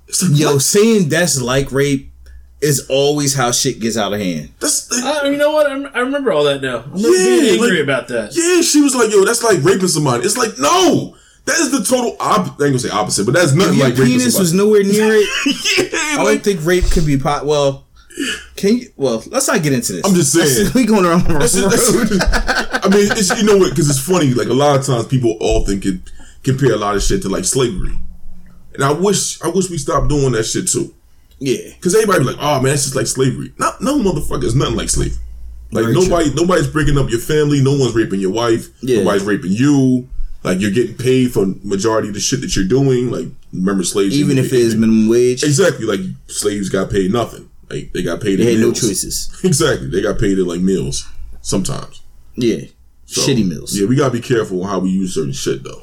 It's like,
Yo,
what?
saying that's like rape is always how shit gets out of hand.
that's
I, you know what? I, rem- I remember all that now. I remember
Yeah,
being angry
like-
about that.
Yeah, she was like, yo, that's like raping somebody. It's like, no, that is the total op. I ain't gonna say opposite, but that's nothing
Your
like raping
penis was
somebody.
nowhere near it.
*laughs* yeah,
I
like,
don't think rape could be pot. Well, can you? Well, let's not get into this.
I'm just saying.
*laughs* we going around the wrong
*laughs* that's just- that's-
road.
I mean, it's, you know what? Because it's funny. Like a lot of times, people all think it compare a lot of shit to like slavery, and I wish I wish we stopped doing that shit too.
Yeah,
Because everybody be like, oh man, that's just like slavery. No, no motherfucker, it's nothing like slavery. Like
Very
nobody, nobody's breaking up your family. No one's raping your wife.
Yeah.
Nobody's raping you. Like you're getting paid for majority of the shit that you're doing. Like remember slaves,
even if it is minimum wage,
exactly like slaves got paid nothing. Like they got paid.
they
in
had no
meals.
choices.
*laughs* Exactly, they got paid in like meals sometimes.
Yeah,
So,
shitty meals.
Yeah, we gotta be careful how we use certain shit though.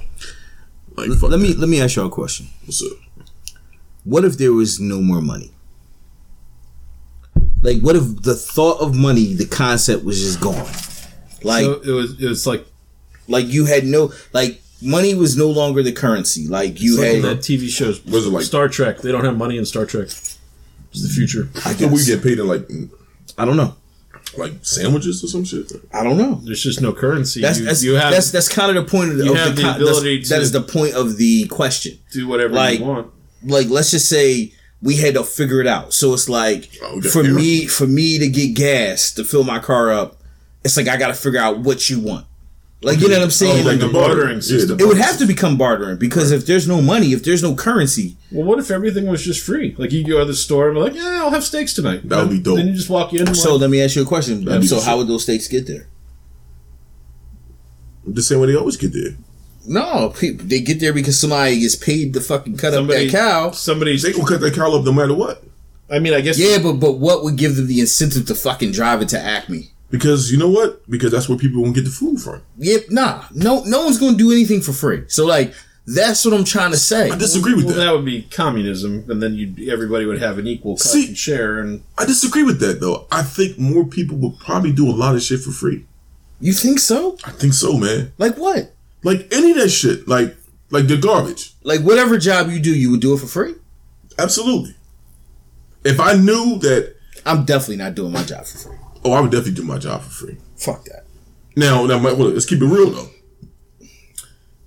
Like fuck
Let me
that.
let me ask y'all a question.
What's up?
What if there was no more money? Like, what if the thought of money, the concept was just gone? Like,
So it was it was like
like you had no like money was no longer the currency. Like you
like
had,
that TV shows.
Was it like-
Star Trek? They don't have money in Star Trek. It's the future.
I,
So we
guess.
get paid in like
I don't know.
like sandwiches or some shit.
I don't know.
There's just no currency.
That's
you,
that's
you have
that's, that's kind of the point of,
you
of
have the
con-
ability
that's- that
to-
is the point of the question.
to do whatever
like-
you want.
Like, let's just say we had to figure it out. So it's like
Oh, we got
for
air.
me for me to get gas to fill my car up, it's like I got to figure out what you want. Oh, Like you know what I'm saying?
Oh,
like the bartering system.
it would have to become bartering because if there's no money, if there's no currency,
Well, what if everything was just free? Like you go to the store and be like, "Yeah, I'll have steaks tonight."
That would be dope.
Then you just walk in. And
so
like,
let me ask you a question.
That'd be
So
the
how
shit.
would those steaks get there?
the same way they always get there.
No, pe- they get there because somebody gets paid to fucking cut
somebody,
up that cow.
somebody's.
They gonna cut that cow up no matter what.
I mean, I guess.
Yeah, but but what would give them the incentive to fucking drive it to Acme?
Because you know what? Because that's where people gonna get the food from.
Yep, nah, no, no one's gonna do anything for free. So like, that's what I'm trying to say.
I disagree with
well,
that.
that would be communism, and then you everybody would have an equal cut
See-
and share, and
I disagree with that though. I think more people would probably do a lot of shit for free.
You think so?
I think so, man.
Like what?
Like any of that shit, like like the garbage.
Like whatever job you do, you would do it for free.
Absolutely. If I knew that,
I'm definitely not doing my job for free.
oh, I would definitely do my job for free.
Fuck that.
Now, now, my, well, let's keep it real though.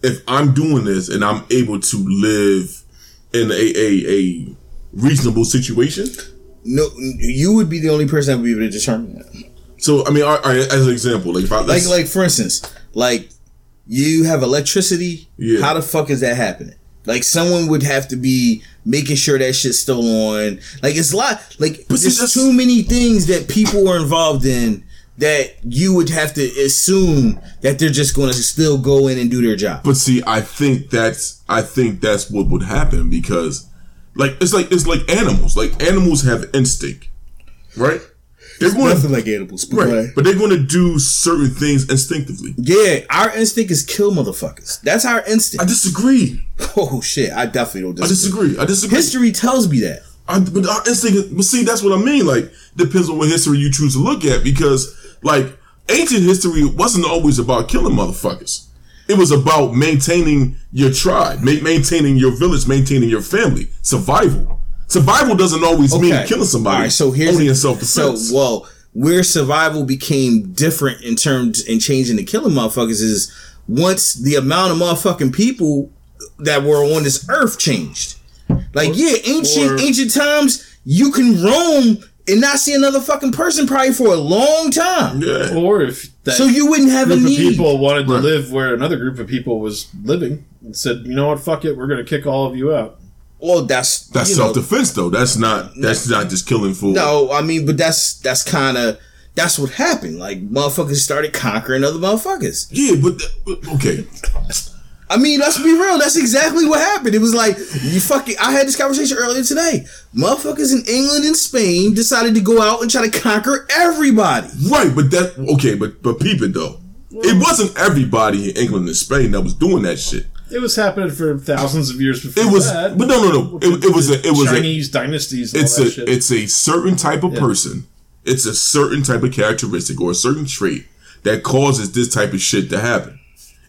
If I'm doing this and I'm able to live in a a, a reasonable situation,
No, you would be the only person that would be able to determine that.
so I mean, all right, all right, as an example, like if I
Like,
let's-
like for instance, like you have electricity.
Yeah.
How the fuck is that happening? Like someone would have to be making sure that shit's still on. Like it's a lot. Like
But see,
there's
that's-
too many things that people are involved in that you would have to assume that they're just going to still go in and do their job.
But see, I think that's I think that's what would happen because, like, it's like it's like animals. Like animals have instinct, right? They're going
Nothing
to
like animals. but-
right, but they're going to do certain things instinctively.
Yeah, our instinct is kill motherfuckers. That's our instinct.
I disagree.
*laughs* oh shit, I definitely don't
I
disagree.
disagree. I disagree.
History tells me that.
I, but our instinct, but see, that's what I mean. Like, depends on what history you choose to look at because, like, ancient history wasn't always about killing motherfuckers. It was about maintaining your tribe, ma- maintaining your village, maintaining your family, survival. Survival doesn't always mean killing somebody.
All right, so here's
only in self defense.
So well, where survival became different in terms and changing to killing motherfuckers is once the amount of motherfucking people that were on this earth changed. Like yeah, ancient
or-
ancient times, you can roam and not see another fucking person probably for a long time.
yeah,
Or if that
So you wouldn't have a
group of
need.
people wanted to
Right.
live where another group of people was living and said, you know what, fuck it, we're going to kick all of you out.
well, that's
that's
you know,
self defense though. That's not. That's not just killing for.
No, I mean, but that's that's kind of that's what happened. Like motherfuckers started conquering other motherfuckers.
Yeah, but, th- but okay.
I mean, let's be real. That's exactly what happened. It was like you fucking. I had this conversation earlier today. Motherfuckers in England and Spain decided to go out and try to conquer everybody.
Right, but that okay, but but peep it though. It wasn't everybody in England and Spain that was doing that shit.
It was happening for thousands of years before
It was,
that.
but no, no, no. It, it was a, it was a,
Chinese dynasties. And
it's
all that
a,
shit.
it's a certain type of person. It's a certain type of characteristic or a certain trait that causes this type of shit to happen.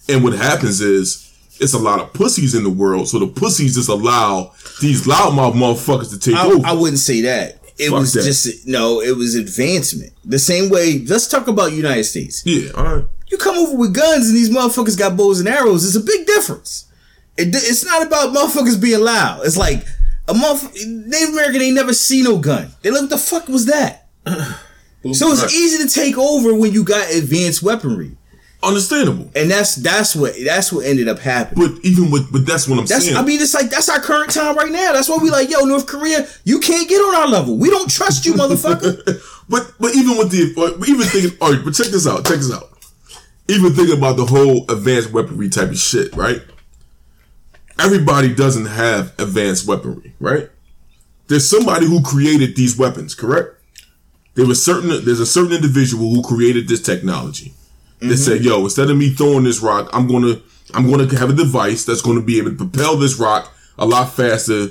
And what happens is it's a lot of pussies in the world, so the pussies just allow these loudmouth motherfuckers to take
I,
over.
I wouldn't say that. It
Fuck
was
that.
just no. It was advancement. The same way. Let's talk about United States.
yeah, all right.
You come over with guns and these motherfuckers got bows and arrows. It's a big difference. It, it's not about motherfuckers being loud. It's like a motherf- Native American ain't never see no gun. They like, what the fuck was that? so it's
Right.
easy to take over when you got advanced weaponry,
understandable.
and that's that's what that's what ended up happening.
But even with, but that's what I'm
That's
saying.
I mean, it's like that's our current time right now. That's why we like, yo, North Korea, you can't get on our level. We don't trust you, motherfucker.
But but even with the but even thinking, all right, but check this out, check this out. Even thinking about the whole advanced weaponry type of shit, right? Everybody doesn't have advanced weaponry, right? There's somebody who created these weapons, correct? There was certain there's a certain individual who created this technology. They said, "Yo, instead of me throwing this rock, I'm gonna I'm gonna have a device that's gonna be able to propel this rock a lot faster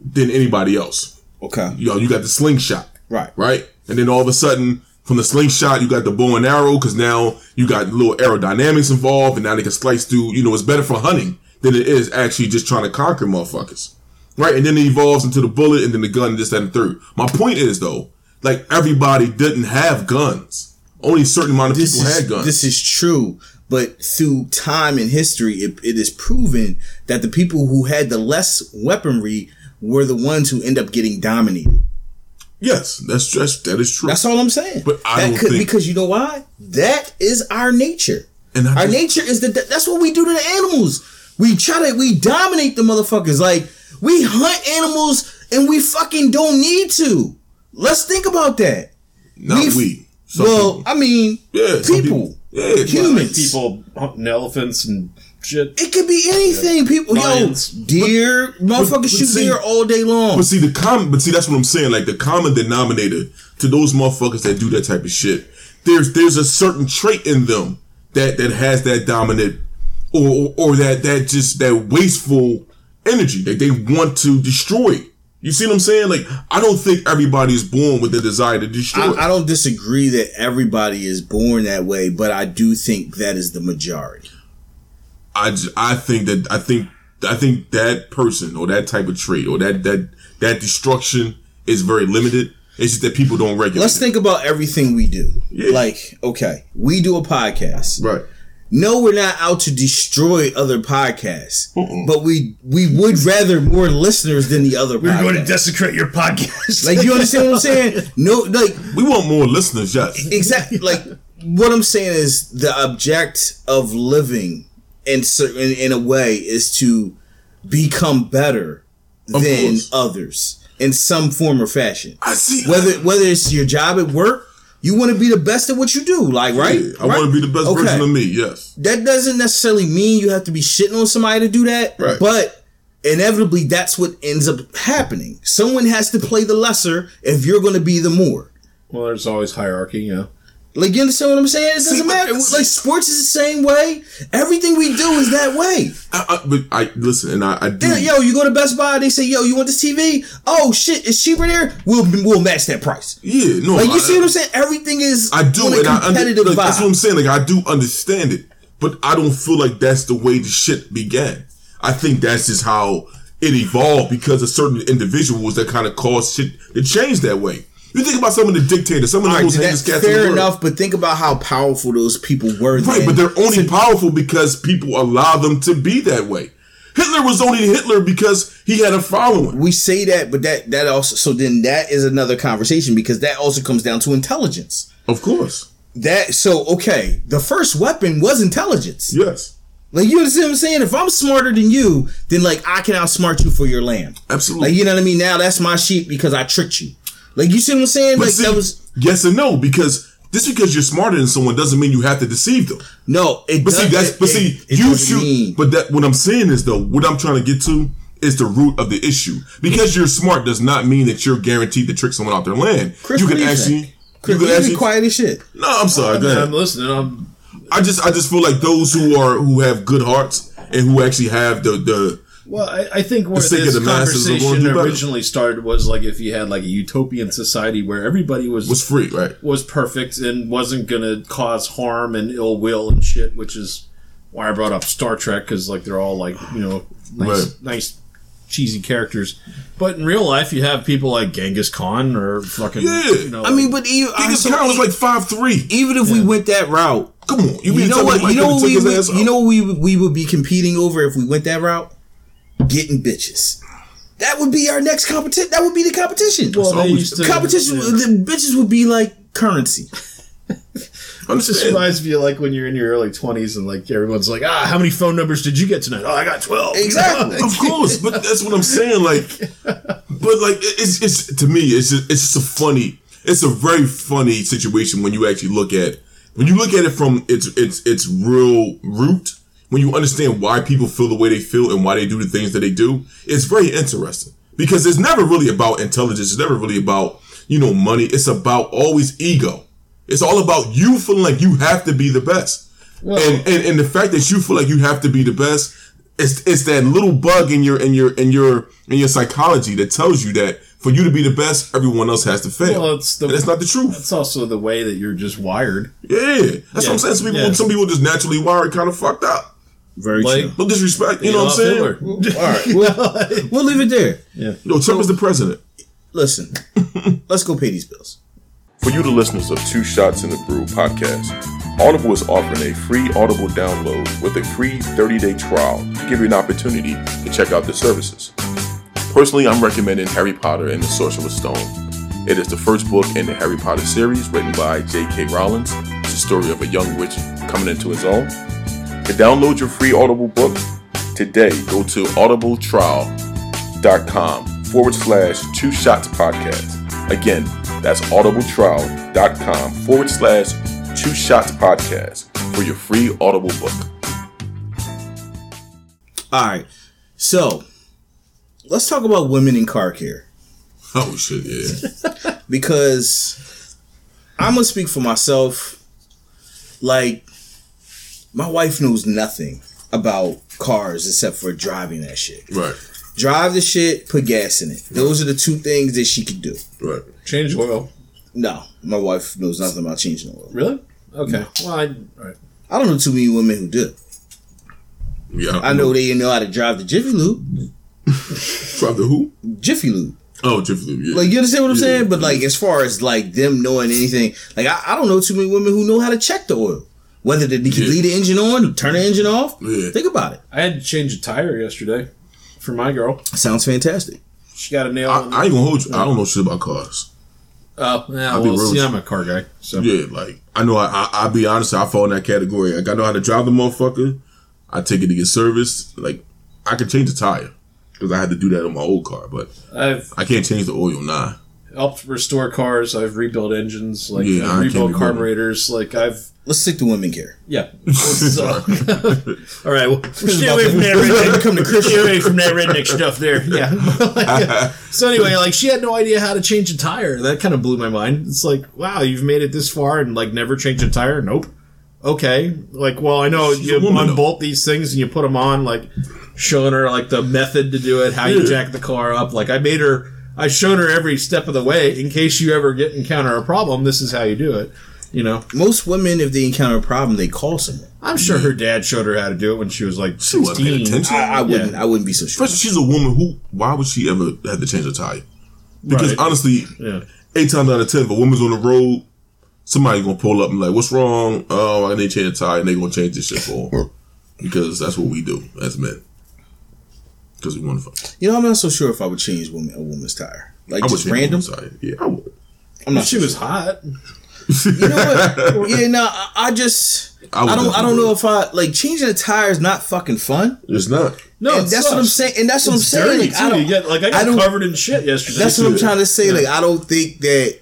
than anybody else."
okay,
Yo, you got the slingshot
right,
right? And then all of a sudden, from the slingshot, you got the bow and arrow because now you got little aerodynamics involved, and now they can slice through. You know, it's better for hunting than it is actually just trying to conquer motherfuckers, right? And then it evolves into the bullet, and then the gun, and this, that, and the third. My point is though, like everybody didn't have guns. Only a certain amount of
this
people
is,
had guns.
This is true, but through time and history, it, it is proven that the people who had the less weaponry were the ones who end up getting dominated.
yes, that's that's that is true.
That's all I'm saying.
But I
that
don't think-
because you know why? That is our nature.
And I
our
just-
nature is that that- that's what we do to the animals. We try to we dominate the motherfuckers. Like we hunt animals and we fucking don't need to. Let's think about that.
Not
we've-
we. Some
well,
people.
I mean,
yeah, some
people,
Yeah,
humans,
people hunting elephants and shit.
It could be anything. People,
Lions.
yo, deer,
but- but
motherfuckers shoot
see-
deer all day long.
But see the common, but see that's what I'm saying. Like the common denominator to those motherfuckers that do that type of shit. There's there's a certain trait in them that that has that dominant or or, or that that just that wasteful energy that they want to destroy. You see what I'm saying? Like I don't think everybody's born with the desire to destroy.
I, I don't disagree that everybody is born that way, but I do think that is the majority.
I, j- I think that I think I think that person or that type of trait or that that that destruction is very limited It's just that people don't regulate.
Let's
it.
think about everything we do.
Yeah.
Like, okay, we do a podcast.
Right.
No, we're not out to destroy other podcasts, but we we would rather more listeners than the other.
We're going to
podcasts.
desecrate your podcast.
like you understand what I'm
*laughs*
saying? No, like
We want more listeners, yes. *laughs*
exactly. Like what I'm saying is the object of living in certain in a way is to become better than
course.
others in some form or fashion.
I see.
whether whether it's your job at work, you want to be the best at what you do, like right?
Yeah, I want to be the best
Okay.
version of me, yes.
That doesn't necessarily mean you have to be shitting on somebody to do that,
Right.
but inevitably that's what ends up happening. Someone has to play the lesser if you're going to be the more.
well, there's always hierarchy, yeah.
Like you understand what I'm saying? It doesn't matter. Like sports is the same way. Everything we do is that way.
I, I, but I listen, and I, I do.
Then, yo, you go to Best Buy, they say, "Yo, you want this TV? Oh shit, it's cheaper there. We'll we'll match that price."
yeah, no.
Like
I-
you see what I'm saying? Everything is
I do,
on a
and I under,
competitive
look, that's
vibe.
what I'm saying. Like I do understand it, but I don't feel like that's the way the shit began. I think that's just how it evolved because of certain individuals that kind of caused shit to change that way. You think about some of the dictators, some of the
All right,
most
that's
heinous cats in the
fair
world.
enough, but think about how powerful those people were.
Right,
then.
but they're only powerful because people allow them to be that way. Hitler was only Hitler because he had a following.
we say that, but that that also so then that is another conversation because that also comes down to intelligence.
Of course.
That so okay, the first weapon was intelligence.
Yes.
Like you understand what I'm saying? If I'm smarter than you, then like I can outsmart you for your land.
Absolutely.
Like you know what I mean? Now that's my sheep because I tricked you. Like you see what I'm saying?
But
like
see,
that was
yes and no, because just because you're smarter than someone doesn't mean you have to deceive them.
no. It
But see,
does-
that's
it-
but see,
it- it
you
doesn't
shoot.
mean-
But that what I'm saying is though, what I'm trying to get to is the root of the issue. Because you're smart does not mean that you're guaranteed to trick someone out their land.
Chris,
you
what
can
do you
actually.
think? Chris,
you
you Oh,
can
be
actually.
quiet as shit.
no, I'm sorry. go ahead.
I'm listening. I'm,
I just I just feel like those who are who have good hearts and who actually have the the
well, I, I think where
sake of
this
the masses, we're gonna
conversation
do better.
originally started was like if you had like a utopian society where everybody was
was free, right?
was perfect and wasn't going to cause harm and ill will and shit, which is why I brought up Star Trek because like they're all like you know nice,
Right.
nice, cheesy characters. But in real life, you have people like Genghis Khan or fucking.
Yeah.
you know,
I mean, but even
Genghis
so
Khan was like five three.
even if we went that route,
Come on,
you
you, mean
know what? You know what we
his
would,
ass
you know what we would- we would be competing over if we went that route. Getting bitches. That would be our next competition. That would be the competition.
well, they
always-
used to,
competition.
yeah.
The bitches would be like currency.
It just
understand?
reminds me of like when you're in your early 20s and like everyone's like, ah, how many phone numbers did you get tonight? Oh, I got *laughs* 12.
Exactly.
Of *laughs* course, but that's what I'm saying. Like, but like it- it's it's to me it's just, it's just a funny it's a very funny situation when you actually look at when you look at it from its its its real root. When you understand why people feel the way they feel and why they do the things that they do, it's very interesting because it's never really about intelligence. It's never really about you know money. It's about always ego. It's all about you feeling like you have to be the best. and, and and the fact that you feel like you have to be the best, it's it's that little bug in your in your in your in your psychology that tells you that for you to be the best, everyone else has to fail.
Well, it's the-
And that's not the truth.
It's also the way that you're just wired.
Yeah, that's what
Yeah,
I'm saying. Some people,
yeah.
some people just naturally wired kind of fucked up.
Very
Like,
No disrespect, you know what I'm saying?
Hitler.
All
*laughs*
right. We'll, we'll leave it there.
Yo, Trump is the president.
Listen, let's go pay these bills.
For you, the listeners of Two Shots in the Brew podcast, Audible is offering a free Audible download with a free 30 day trial to give you an opportunity to check out their services. Personally, I'm recommending Harry Potter and the Sorcerer's Stone. It is the first book in the Harry Potter series written by J.K. Rowling. It's the story of a young witch coming into his own. To download your free Audible book today, go to audibletrial.com audibletrial.com forward slash two shots podcast. Again, that's audibletrial.com forward slash two shots podcast for your free audible book.
All right. So let's talk about women in car care
Oh shit,
*laughs*
yeah.
because I'm gonna speak for myself. Like my wife knows nothing about cars except for driving that shit.
right,
Drive the shit, put gas in it. Those are the two things that she could do.
right.
Change oil.
No, my wife knows nothing about changing oil.
Really? Okay. Well, I, all right.
I don't know too many women who do.
Yeah,
I know they know how to drive the Jiffy Lube.
Drive the who?
Jiffy Lube.
Oh, Jiffy Lube. Yeah.
Like you understand what I'm
Yeah.
saying? But like as far as like them knowing anything, like I, I don't know too many women who know how to check the oil. Whether they can
Yeah.
leave the engine on, turn the engine off.
Yeah.
Think about it.
I had to change a tire yesterday for my girl.
Sounds fantastic.
She got a nail.
I,
on
I ain't gonna hold you. I don't know shit about cars.
Oh, yeah,
I'll be
well,
real
see,
with
I'm a car guy. So
Yeah, like I know. I, I I'll be honest. I fall in that category. Like I know how to drive the motherfucker. I take it to get serviced. Like I can change the tire because I had to do that on my old car, but
I've
I can't change the oil. Nah.
helped restore cars. I've rebuilt engines. Like
Yeah, I
I've
can't
rebuilt
remember.
carburetors. Like I've
Let's stick to women care.
*laughs* yeah. So- all right, well, stay
about
away
to-
from that redneck.
Come to Christian.
Stay away from that redneck
*laughs*
stuff there. Yeah. Like, *laughs* so anyway, like she had no idea how to change a tire. That kind of blew my mind. It's like, wow, you've made it this far and like never changed a tire. Nope. Okay. Like, well, I know
She's
you
a woman, though.
unbolt these things and you put them on. Like, showing her like the method to do it, how you
Yeah.
jack the car up. Like, I made her. I shown her every step of the way in case you ever get encounter a problem. This is how you do it. You know,
Most women, if they encounter a problem, they call someone.
I'm sure her dad showed her how to do it when she was like
She wasn't paying
16.
attention.
I, I wouldn't. I wouldn't be so sure.
First, she's a woman who. Why would she ever have to change a tire? Because
Right.
honestly,
Yeah.
eight times out of ten, if a woman's on the road, somebody gonna pull up and be like, "What's wrong? Oh, I need to change a tire." And they gonna change this shit for 'em. because that's what we do as men. Because we want to fuck.
You know, I'm not so sure if I would change woman, a woman's tire. Like
I would
just
change a
random.
woman's tire. Yeah, I would.
I'm not.
She
so
was
sure.
hot.
You know what? yeah, no. I, I just.
I
I,
would
don't. I
definitely
don't
do
know
it.
if I like changing a tire is not fucking fun.
It's not.
No,
and
it
that's what I'm
sucks.
saying. And that's what
It's
I'm saying.
dirty,
Like,
too.
I
You
don't.
get- like I got
I don't-
covered in shit yesterday.
That's what I'm
Yeah.
trying to say. Like I don't think that.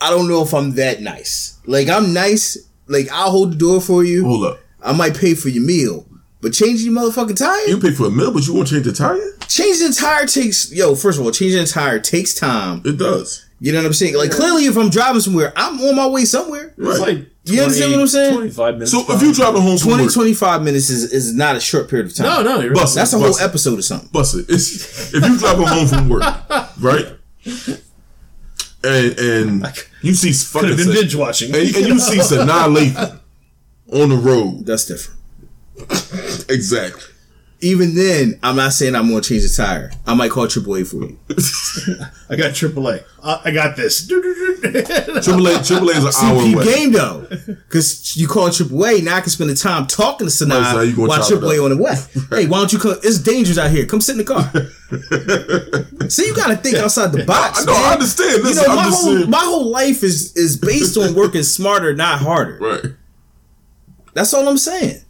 I don't know if I'm that nice. Like I'm nice. Like I'll hold the door for you.
Hold up.
I might pay for your meal, but changing your motherfucking tire.
You pay for a meal, but you won't change the tire.
changing the tire takes. Yo, first of all, changing the tire takes time.
It does.
You know what I'm saying? Like clearly, if I'm driving somewhere, I'm on my way somewhere.
It's
Right.
like
You understand what I'm saying?
25 minutes.
So if
behind.
you driving home from
20,
work,
25 minutes is, is not a short period of time.
no, no, you're
Bus.
That's a whole
Bus.
episode or something.
bust it. It's, if you driving home from work, right?
*laughs*
And and you see
could
fucking
have been
Sa-
binge watching.
and, and you see Sanaa Lathan on the road.
That's different.
Exactly.
Even then, I'm not saying I'm going to change the tire. I might call Triple A for you.
I got AAA. Uh, I got this. *laughs*
Triple A Triple
*laughs*
A is an hour
Keep
away.
game though, because you call Triple A. Now I can spend the time talking to
Right, so you
Sanaa
gonna
while
chop
Triple
it
A
up.
on the
*laughs*
way. Hey, why don't you come? It's dangerous out here. Come sit in the car.
*laughs*
See, you got to think outside the box.
I know. I
man.
understand.
You
Listen,
know, my
I'm just
whole,
saying.
my whole life is is based on working smarter, not harder.
right.
That's all I'm saying.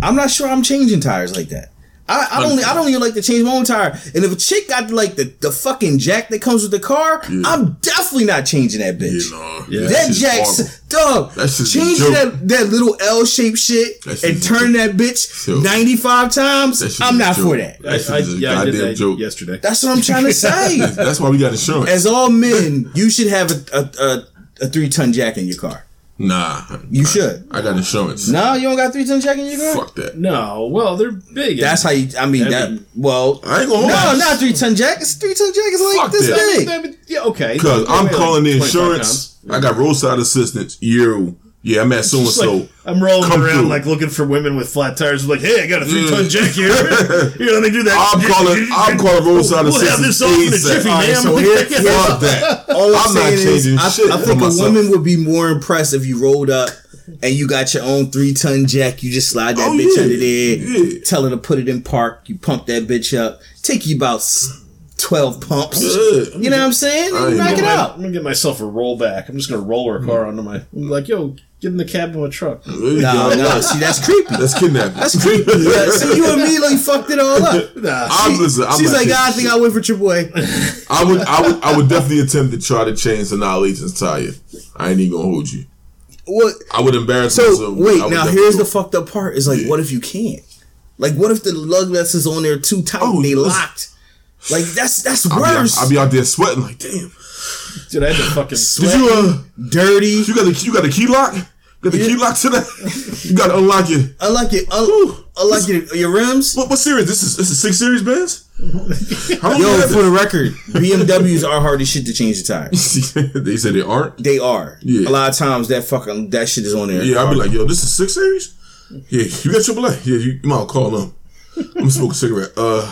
I'm not sure I'm changing tires like that. I, I don't e, I don't even like to change my own tire. And if a chick got like the, the fucking jack that comes with the car, I'm definitely not changing that bitch.
You know.
Yeah.
that
shit's horrible.
jack's dog.
That shit's a
changing
joke.
that, that little L shaped shit
That shit's
and
a
turn that bitch
Yo.
95 times.
That shit's
I'm
a
not
joke.
for that.
I,
That
I,
shit's a
yeah, I did
goddamn
that
joke.
yesterday.
That's what I'm trying to
*laughs*
say.
That's why we got insurance.
As all men, you should have a a, a, a three ton jack in your car.
nah.
You should.
I got insurance.
No, you don't got three ton jack in your car.
Fuck that.
No, well, they're big.
That's how you. I mean
That'd
that. Well,
I ain't gonna hold
No,
you.
not three ton jack. It's three ton jack is like
Fuck
this
that.
big.
Yeah, but- yeah, okay.
Because
Anyway,
I'm
like
calling the
25
insurance.
pounds.
I got roadside assistance. You, yeah, I'm at so and
It's like,
so.
I'm rolling
come
around
through.
like looking for women with flat tires. like, hey, I got a three ton
Mm. *laughs*
jack here. here, let me do that.
I'm calling.
*laughs*
I'm calling roadside
We'll have
assistance.
this off
ASAP.
in a jiffy,
All
man. *laughs*
so here- *laughs*
Like,
here-
Fuck that.
All I'm,
I'm not
saying is,
changing
I,
shit
I
for
think a
myself.
woman would be more impressed if you rolled up and you got your own three ton jack. You just slide that
Oh,
bitch
yeah.
under there,
Yeah.
tell her to put it in park. You pump that bitch up. Take you about s- twelve pumps.
Yeah.
You know what I'm saying?
I
You
ain't
knock
gonna-
it
I'm gonna-
out.
I'm gonna get myself a rollback. I'm just gonna roll her
Mm.
car onto my. I'm like, yo, get in the cab of a truck.
No,
Yeah.
no. See, that's
*laughs*
creepy.
That's kidnapping.
That's
*laughs*
creepy. Yeah, see, you immediately fucked it all up.
Nah.
I'm, listen, I'm
She's
not
like,
taking
"Ah, I
shit.
think I went for triple A.
I would, I would, I would definitely attempt to try to change the Annihilation's tire. I ain't even gonna hold you.
What?
I would embarrass
So
myself. I
wait,
would
now
definitely
here's
do
the
it.
fucked up part. Is like,
Yeah.
what if you can't? Like, what if the lug nuts is on there too tight?
Oh,
and they
listen.
locked. Like that's that's
I'll be, out-
worse.
I'll be out there sweating like, damn.
Dude, I had to fucking
Did
sweat.
you, uh,
Dirty.
you got the, you got the key lock? Got the key lock to that? *laughs* You got to unlock your.
Unlock your un-
Whew.
unlock your, your rims.
What, what series? This is this is six series, Benz. How long
Yo,
you had
for the record, BMWs are hard as shit to change the tires.
this? *laughs* they said they aren't.
They are.
Yeah.
A lot of times that fucking that shit is on there.
Yeah, I'd be like, yo, this is six series. Yeah, you got triple A. Yeah, you, you might call them. I'm smoking a cigarette. Uh,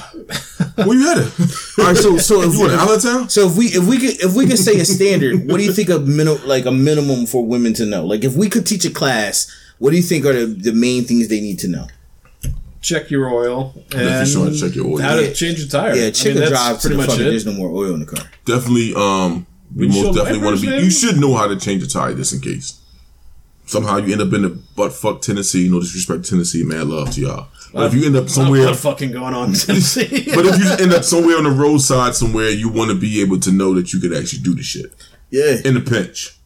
where you headed? *laughs*
All right, *laughs* so so if,
You want out of town?
so if we if we could if we could say a standard, what do you think a minimum like a minimum for women to know? Like if we could teach a class, what do you think are the, the main things they need to know?
Check your oil. And
Definitely showing check your oil.
How
Yeah.
to change a tire.
Yeah, chicken
that's
drive to the
pretty much
fucking.
it.
There's no more oil in the car.
Definitely. Um, you
Windshield
most definitely want
wipers,
to be.
maybe?
You should know how to change a tire, just in case. Somehow you end up in the butt fuck Tennessee. No disrespect, to Tennessee. Mad love to y'all. But if you end up
Not a
somewhere,
lot of fucking going on *laughs* in Tennessee.
but if you end up somewhere on the roadside somewhere, you want to be able to know that you could actually do the shit
Yeah,
in the pinch.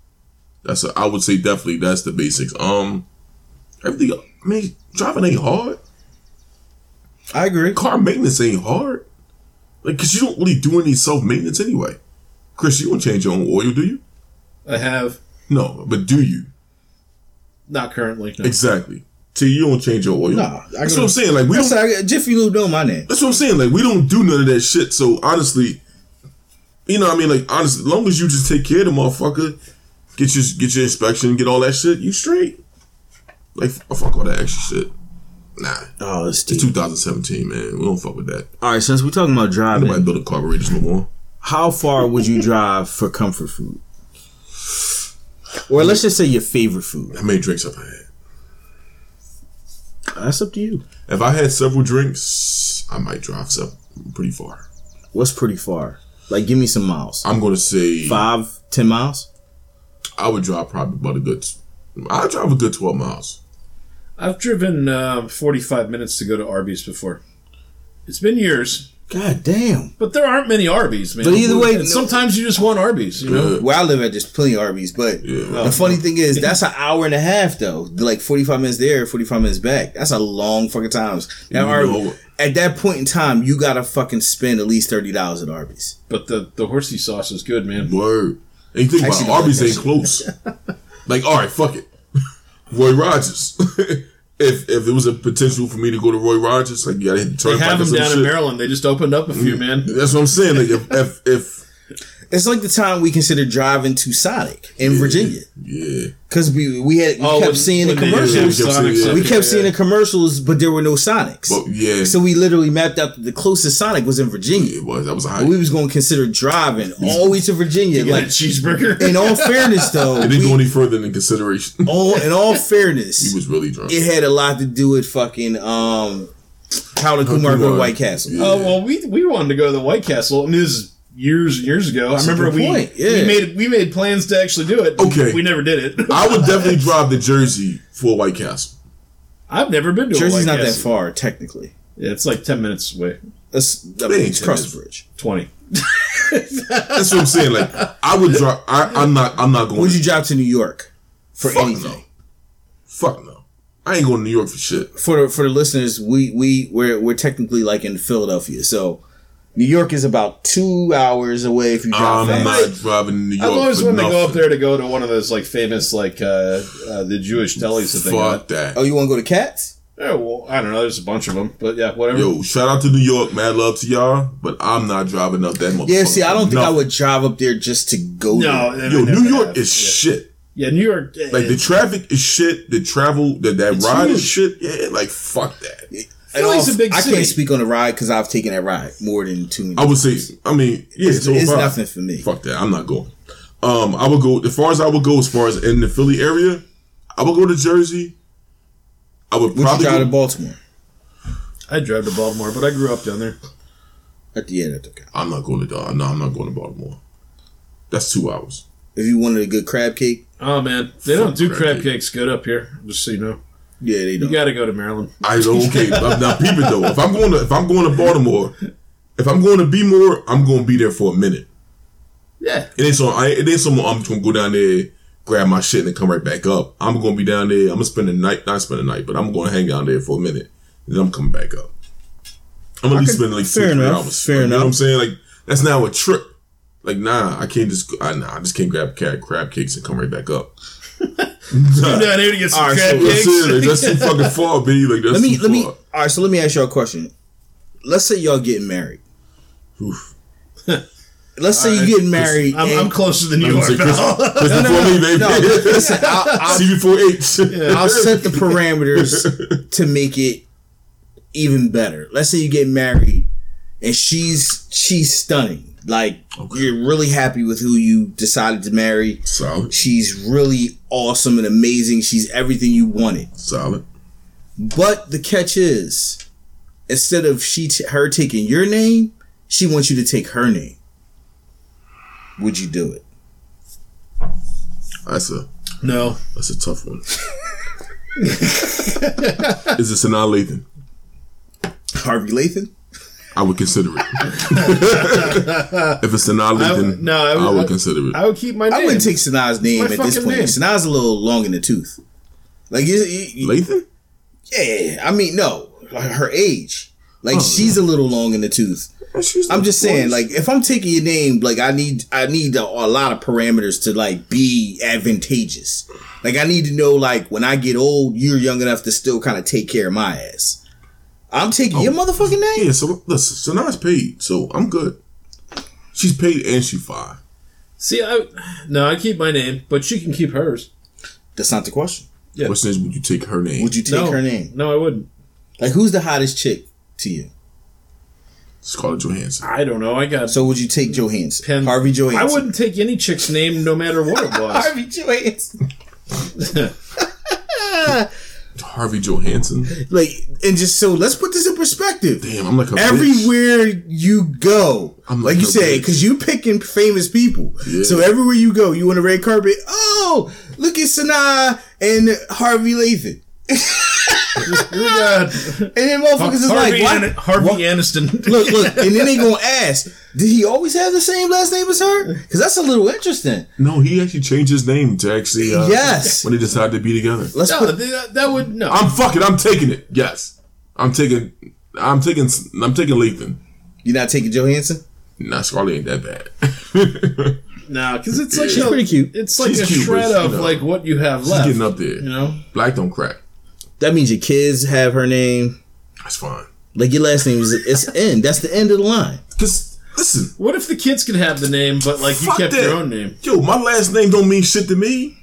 That's a, I would say definitely that's the basics. Um, everything. else- I mean, driving ain't hard.
I agree.
Car maintenance ain't hard. Like, cause you don't really do any self maintenance anyway. Chris, you don't change your own oil, do you?
I have.
No, but do you?
Not currently. no.
Exactly. So you don't change your oil.
Nah, I
that's
agree.
what I'm saying. Like we
That's
don't.
I, Jiffy Lube know my name.
That's what I'm saying. Like we don't do none of that shit. So honestly, you know, what I mean, like honestly, as long as you just take care of the motherfucker, get your get your inspection, get all that shit, you straight. Like f- fuck all that extra shit. Nah,
Oh, it's
it's 2017, man. We don't fuck with that.
All right, since we're talking about driving,
Nobody building carburetors no more.
how far would you drive for comfort food? Or let's just say your favorite food.
How many drinks have I had?
That's up to you.
If I had several drinks, I might drive some pretty far.
What's pretty far? Like, give me some miles.
I'm gonna say
Five, ten miles.
I would drive probably about a good. I would drive a good 12 miles.
I've driven uh, 45 minutes to go to Arby's before. It's been years,
God damn.
but there aren't many Arby's, man.
But either way,
And
no-
sometimes you just want Arby's, you
Uh,
know?
Where I live at, there's plenty of Arby's, but
Yeah.
Oh.
the funny thing is, that's an hour and a half though. Like forty five minutes there, forty five minutes back. That's a long fucking time. Now,
You
Arby-
know-
at that point in time, you gotta fucking spend at least thirty dollars at Arby's.
But the, the horsey sauce is good, man.
Word. And you think about it,
Actually,
Arby's ain't
that's-
close. like, all right, fuck it. *laughs* Roy Rogers. *laughs* if if it was a potential for me to go to Roy Rogers, like you gotta hit the
They
turnpike
have
or
them
some
down in
shit.
Maryland. They just opened up a few, man.
That's what I'm saying. Like
*laughs*
if if, if
It's like the time we consider driving to Sonic in Virginia
yeah,
because we we had we
Oh,
kept
when-
seeing the
when they-
Yeah, we
commercials.
kept seeing- yeah.
we kept
yeah.
seeing the commercials, but there were no Sonics.
but yeah,
so we literally mapped out that the closest Sonic was in Virginia.
it was that was a high.
But we was gonna consider driving all the way to Virginia.
Get a
Like,
cheeseburger.
in all fairness, though,
it didn't
we-
go any further than consideration. *laughs*
all in all fairness,
he was really drunk.
it had a lot to do with fucking um how the Kumar go to
Kumar.
White Castle. Uh,
Yeah.
*laughs* Oh well, we we wanted to go to the White Castle, and this is years and years ago. I
a
remember
good
we
point, yeah.
we made we made plans to actually do it.
Okay.
we never did it. *laughs*
I would definitely drive to Jersey for White Castle.
I've never been to a
Jersey's
White
not that
Castle.
far technically.
Yeah, it's like ten minutes away,
That's I mean,
ain't
it's across
ten
the bridge.
twenty.
That's what I'm saying. Like I would drive. I, I'm not. I'm not going.
Would you drive to New York for
fuck
anything?
no. Fuck no. I ain't going to New York for shit.
For the, for the listeners, we we we're we're technically like in Philadelphia, so. New York is about two hours away if you drive fast.
I'm not driving to New York.
I've always
for
wanted to go up
nothing.
there to go to one of those like famous like uh, uh the Jewish delis that they
Fuck
got.
that.
Oh, you want to go to Cats?
Yeah, well, I don't know. There's a bunch of them, but yeah, whatever.
Yo, shout out to New York. Mad love to y'all, but I'm not driving up that motherfucker.
Yeah, see, I don't think I
Nothing.
would drive up there just to go.
no,
there.
I
Yo,
would
New
never
York
have.
is shit.
yeah, New York. eh,
Like the traffic is shit. The travel, that that
It's
ride is
huge.
shit. Yeah, like fuck that.
And
Philly's
off-
a big
I
city.
can't speak on the ride because I've taken that ride more than two. Minutes.
I would say. I mean, yeah,
it's,
so
it's
far.
nothing for me.
Fuck that. I'm not going. Um, I would go as far as I would go as far as in the Philly area. I would go to Jersey. I would
Would you
probably
drive to
go,
Baltimore?
I drive to Baltimore, but I grew up down there.
At the end, that's okay.
I'm not going to. Uh, no, I'm not going to Baltimore. That's two hours.
If you wanted a good crab cake,
Oh man, they don't
Fuck
do
crab
crab
cake.
cakes good up here. Just so you know,
yeah, they
you
don't.
got to go to Maryland.
I know. Okay,
*laughs*
now now peep it though. If I'm going to if I'm going to Baltimore, if I'm going to be more, I'm going to be there for a minute.
Yeah,
It ain't so. I, it ain't so. I'm just gonna go down there, grab my shit, and then come right back up. I'm gonna be down there. I'm gonna spend the night. Not spend the night, but I'm gonna hang down there for a minute, and then I'm coming back up. I'm gonna
I
at least
could-
spend like
fair
three three
enough,
hours.
fair
Like, You know what I'm
enough.
saying? Like that's now a trip. Like nah, I can't just. I, nah, I just can't grab cat crab cakes and come right
*laughs*
back up.
I'm
nah,
down here to get some
All right,
crab
so
that's, it. Like,
cakes.
that's too fucking far, B. Like that's
Let me,
too
let me.
far.
All right, so let me ask y'all a question. Let's say y'all getting married.
Oof.
Let's say you getting married.
*laughs* I'm,
and-
I'm closer than
I'm
you
gonna
are.
say Chris,
pal. *laughs*
Chris
no,
before
no,
me, baby.
no, listen, I'll, I'll,
CB4H.
I'll set the parameters to make it even better. Let's say you get married and she's she's stunning. Like
Okay.
you're really happy with who you decided to marry.
Solid.
She's really awesome and amazing. She's everything you wanted.
Solid.
But the catch is, instead of she t- her taking your name, she wants you to take her name. Would you do it?
That's a
No.
that's a tough one. Is it Sanaa Lathan?
Harvey Lathan?
I would consider it. if it's Sanaa
I would-
Lathan,
no,
I
I would-
would consider it.
I would keep my name.
I wouldn't take Sanaa's name
my
at this
fucking
point.
name.
Sanaa's a little long in the tooth. Like, you, you-
Lathan?
yeah, I mean, no, like, her age. Like, she's a little long in the tooth. I'm just saying, like, if I'm taking your name, like, I need, I need a, a lot of parameters to like be advantageous. Like, I need to know, like, when I get old, you're young enough to still kind of take care of my ass. I'm taking your
Oh,
motherfucking name.
Yeah, so listen, Sanaa's paid, so I'm good. She's paid and she fine.
See, I no, I keep my name, but she can keep hers.
That's not the question.
Yeah.
Question is, would you take her name?
Would you take
no,
her name?
No, I wouldn't.
Like, who's the hottest chick to you?
Scarlett Johansson.
I don't know. I got
So would you take Johansson,
Pen-
Harvey
I
Johansson?
wouldn't take any chick's name, no matter what it
*laughs*
*laughs*
was.
Harvey Johansson.
Harvey Johansson.
Like, and just so let's put this in perspective.
Damn, I'm like a bitch.
Everywhere you go,
I'm
like
like
you
a
say,
bitch.
because you picking famous people.
Yeah.
So everywhere you go, you on the red carpet. Oh, look at Sanaa and Harvey Lathan,
God.
and then motherfuckers is like,
Harvey,
why-
An- Harvey
why-
Aniston.
Look, look, and then they gonna ask, did he always have the same last name as her? Because that's a little interesting.
No, he actually changed his name to actually. Uh,
Yes.
When they decided to be together.
Let's
*laughs* no,
put
that, that would no.
I'm fucking. I'm taking it. Yes, I'm taking. I'm taking. I'm taking Lathan.
you're not taking Johansson.
Nah, Scarlett ain't that *laughs* bad.
no, because it's like
She's
a-
pretty cute.
It's like
She's
a
cute,
shred
but, you
of
know,
like what you have
She's
left.
getting up there.
You know,
Black don't crack.
That means your kids have her name.
That's fine.
Like your last name is it's end. That's the end of the line.
Cause listen,
what if the kids could have the name, but like you
Fuck
kept
that.
your own name?
yo, my last name don't mean shit to me.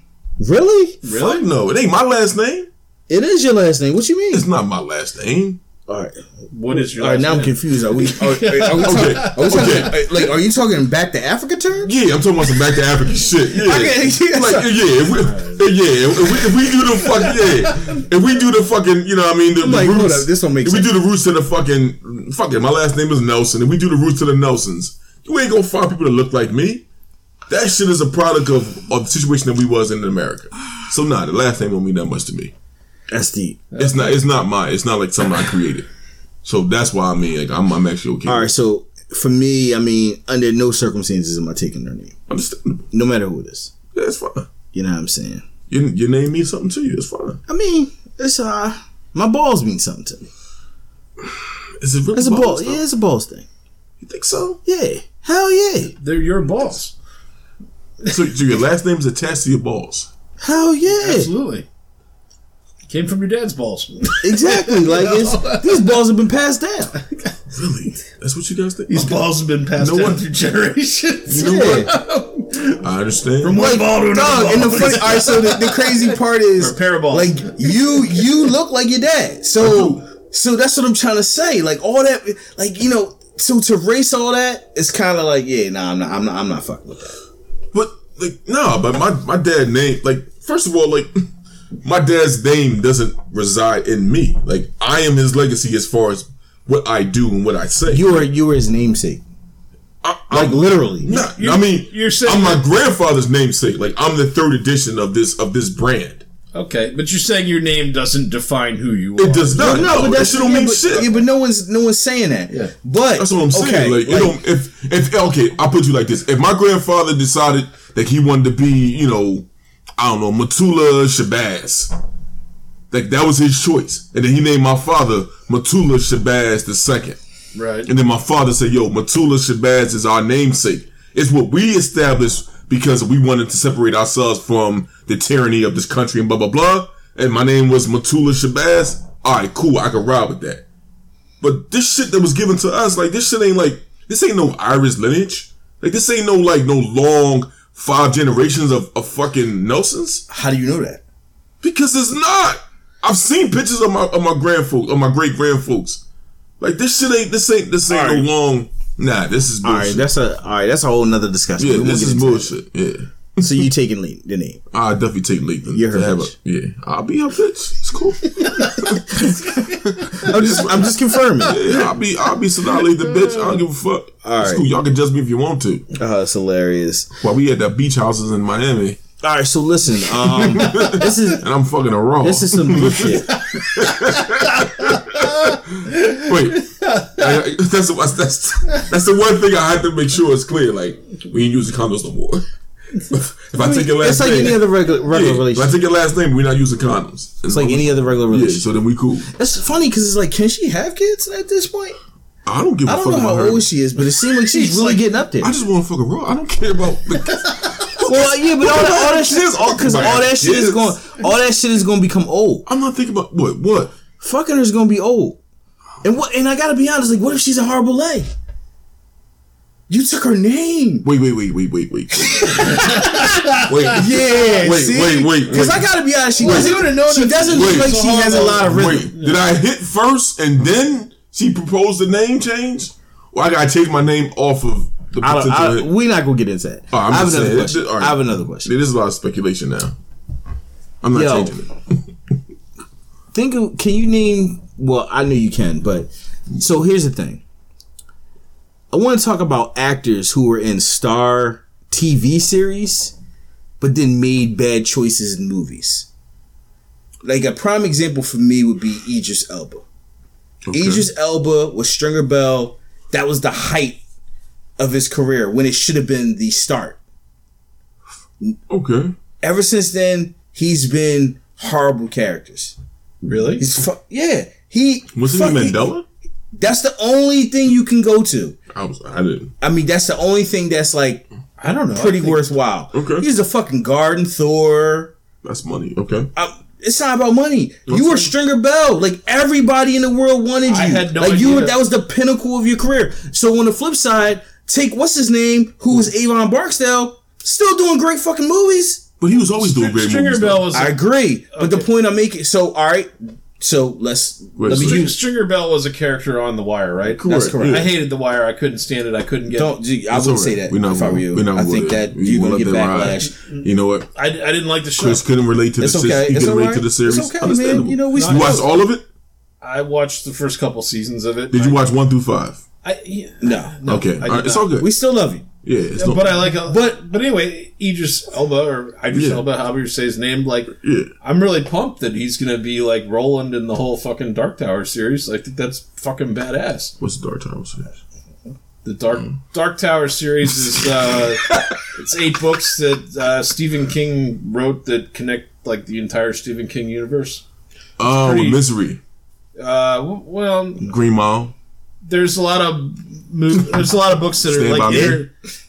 Really?
Really?
Fuck no, it ain't my last name.
It is your last name. What you mean?
It's not my
*laughs*
last name.
All right.
What is your?
All right.
last
Now I'm
name?
confused. Are we? *laughs* Are, are, are we talking?
Okay,
Are we talking
okay.
are- like, are you talking back to Africa term?
Yeah, I'm talking about some back
*laughs*
to Africa shit. Yeah,
Okay, yeah,
like
so-
yeah, if we, yeah. If we, if we do the fuck yeah, if we do the fucking, you know, what I mean, the, the
like, hold
roots.
up, this don't make
if
sense.
we do the roots to the fucking, fuck it. My last name is Nelson. If we do the roots to the Nelsons, you ain't gonna find people that look like me. That shit is a product of, of the situation that we was in in America. So nah, the last name don't mean that much to me.
That's deep.
It's not. It's not my. It's not like something I created. So that's why I mean, like, I'm, I'm actually okay.
All right. So for me, I mean, under no circumstances am I taking their name,
understandable.
no matter who it is.
Yeah, it's fine.
You know what I'm saying?
Your, your name means something to you. It's fine.
I mean, it's uh, my balls mean something to me.
Is it really
It's a
balls,
ball.
though?
Yeah, it's a balls thing.
You think so?
Yeah. Hell yeah.
They're your balls.
So, so your last name is attached to your balls.
Hell yeah.
Absolutely. Came from your
*laughs*
dad's balls.
Exactly. Like *laughs* it's, these balls have been passed down.
Really? That's what you guys think?
*laughs* These balls have been passed
No
down
one-
through generations.
Yeah.
I understand.
One ball to another
Dog, and the
ball.
funny, all right, so the, the *laughs* crazy part is
Or a pair of balls.
like you you look like your dad. *laughs* So so that's what I'm trying to say. Like all that like you know, so to race all that, it's kinda like, yeah, nah, I'm not I'm not I'm not fucking with that.
But like no, but my my dad name like first of all like *laughs* my dad's name doesn't reside in me. Like I am his legacy as far as what I do and what I say.
You were you were his namesake.
I,
Like
I'm
literally.
not-
you-
I mean,
you're saying
I'm my
that-
grandfather's namesake. Like I'm the third edition of this of this brand.
*laughs* Okay, but you're saying your name doesn't define who you are.
It does not. No, that shit don't
yeah,
mean
but,
shit.
Yeah, but no one's no one's saying that.
Yeah.
But
That's what I'm saying. like, it don't, if if okay, I'll put you like this: if my grandfather decided that he wanted to be, you know, I don't know, Matula Shabazz, like that was his choice, and then he named my father Matula Shabazz the second,
Right.
and then my father said, "Yo, Matula Shabazz is our namesake. It's what we established because we wanted to separate ourselves from the tyranny of this country and blah blah blah." And my name was Matula Shabazz. All right, cool. I can ride with that. But this shit that was given to us, like this shit ain't like this ain't no Irish lineage. Like this ain't no like no long five generations of, of fucking Nelsons.
how do you know that?
Because it's not. I've seen pictures of my of my grandfolks, of my great grandfolks. Like this shit ain't this ain't this ain't
All right.
no long. Nah, this is
All right,
bullshit.
that's a all right. That's a whole nother discussion.
yeah,
We won't
this
get
is
into that.
bullshit. Yeah.
So you taking lead, the name?
I'll definitely take Lathan.
You're her
to have a,
bitch.
Yeah, I'll be her bitch.
*laughs*
It's cool.
I'm just I'm just confirming. *laughs*
yeah, I'll be I'll be Sanaa Lathan, bitch. I don't give a fuck.
All
it's
right.
cool. Y'all can judge me if you want to.
Oh, it's hilarious.
While we at that beach houses in Miami,
All right, so listen.
*laughs*
Um, this is
and I'm fucking a raw.
this is some new shit. *laughs*
Wait, I- I- that's, that's that's that's the one thing I have to make sure is clear. Like we ain't using condoms no more. *laughs* if I take *laughs* your last
It's like
name,
any other regular
yeah,
regular
if I
relationship.
take your last name, we're not using condoms.
It's like any other regular
yeah.
relationship.
So then we cool.
It's funny because it's like, can she have kids at this point?
I don't give a
I don't
fuck
know
about
how
her.
old she is, but it seems
*laughs*
like she's really getting up there.
I just want to fuck a raw. I don't care about.
*laughs*
The,
Well, like, yeah, but all that, all that shit is all because all
Right.
that shit is
Yes.
going, all that shit is going to become old.
I'm not thinking about what what.
Fucking her is going to be old, and what? And I gotta be honest, like, what if she's a harbor lay? You took her name.
Wait wait wait wait
*laughs*
wait wait. wait
Yeah,
Wait,
see?
wait, wait,
Because
wait.
I gotta be honest, she doesn't. She doesn't look
Wait.
like she has a lot of rhythm.
wait. Did I hit first and then she proposed the name change? Or I gotta change my name off of the
I don't,
potential.
I,
hit?
we're not gonna get into that.
Oh, I'm
I have
just
another
saying,
question.
it- all right.
I have another question.
It is a lot of speculation now. I'm not
Yo.
changing it.
Think of can you name well, I know you can, but so here's the thing. I want to talk about actors who were in star TV series but then made bad choices in movies. Like a prime example for me would be Idris Elba. Idris Elba was Stringer Bell. That was the height of his career when it should have been the start.
Okay.
Ever since then, he's been horrible characters.
Really?
He's fu- yeah. He
Was it
fucking-
Mandela?
That's the only thing you can go to.
I was. I didn't.
I mean, that's the only thing that's like
I don't know. I
pretty
think-
worthwhile.
Okay.
He's a fucking garden Thor.
That's money. Okay.
I, it's not about money. you were Stringer Bell. Like everybody in the world wanted you.
I had no
like you were
idea.
that was the pinnacle of your career. So on the flip side, take what's his name, who was Avon Barksdale, still doing great fucking movies.
But he was always doing great
Stringer
movies.
Bell
though.
was
I
a,
agree. But the point I'm making so all right. So let's
Wait,
let me
so-
use
Stringer Bell was a character on The Wire, right?
That's correct.
I hated The Wire. I couldn't stand it. I couldn't get.
Don't. I
It's
wouldn't
all
say
right.
that
We're not
if I were
gonna-
you.
we're not
I think
gonna-
that
we
you're gonna
won't
get
let that ride.
backlash.
You know what?
I, I didn't like the show.
Chris couldn't relate to the.
It's
sis-
okay.
He
It's
couldn't
all
relate
right.
to the series.
It's okay, man.
Understandable.
You know, we
you
still-
watched all of it.
I watched the first couple seasons of it.
Did you
I,
watch one through five?
I, yeah,
No,
okay. All
I
right.
did
It's
not.
all good.
we still love you.
yeah. It's no,
but I like. A, but but anyway, Idris Elba or Idris
Yeah.
Elba, however you say his name, like
Yeah.
I'm really pumped that he's gonna be like Roland in the whole fucking Dark Tower series. I think that's fucking badass.
What's the Dark Tower series?
The Dark Dark Tower series is uh, it's eight books that uh, Stephen King wrote that connect like the entire Stephen King universe.
Oh,
pretty-
Misery.
Uh, w- well,
Green Mile.
there's a lot of move, there's a lot of books that are
Stand by
like
me.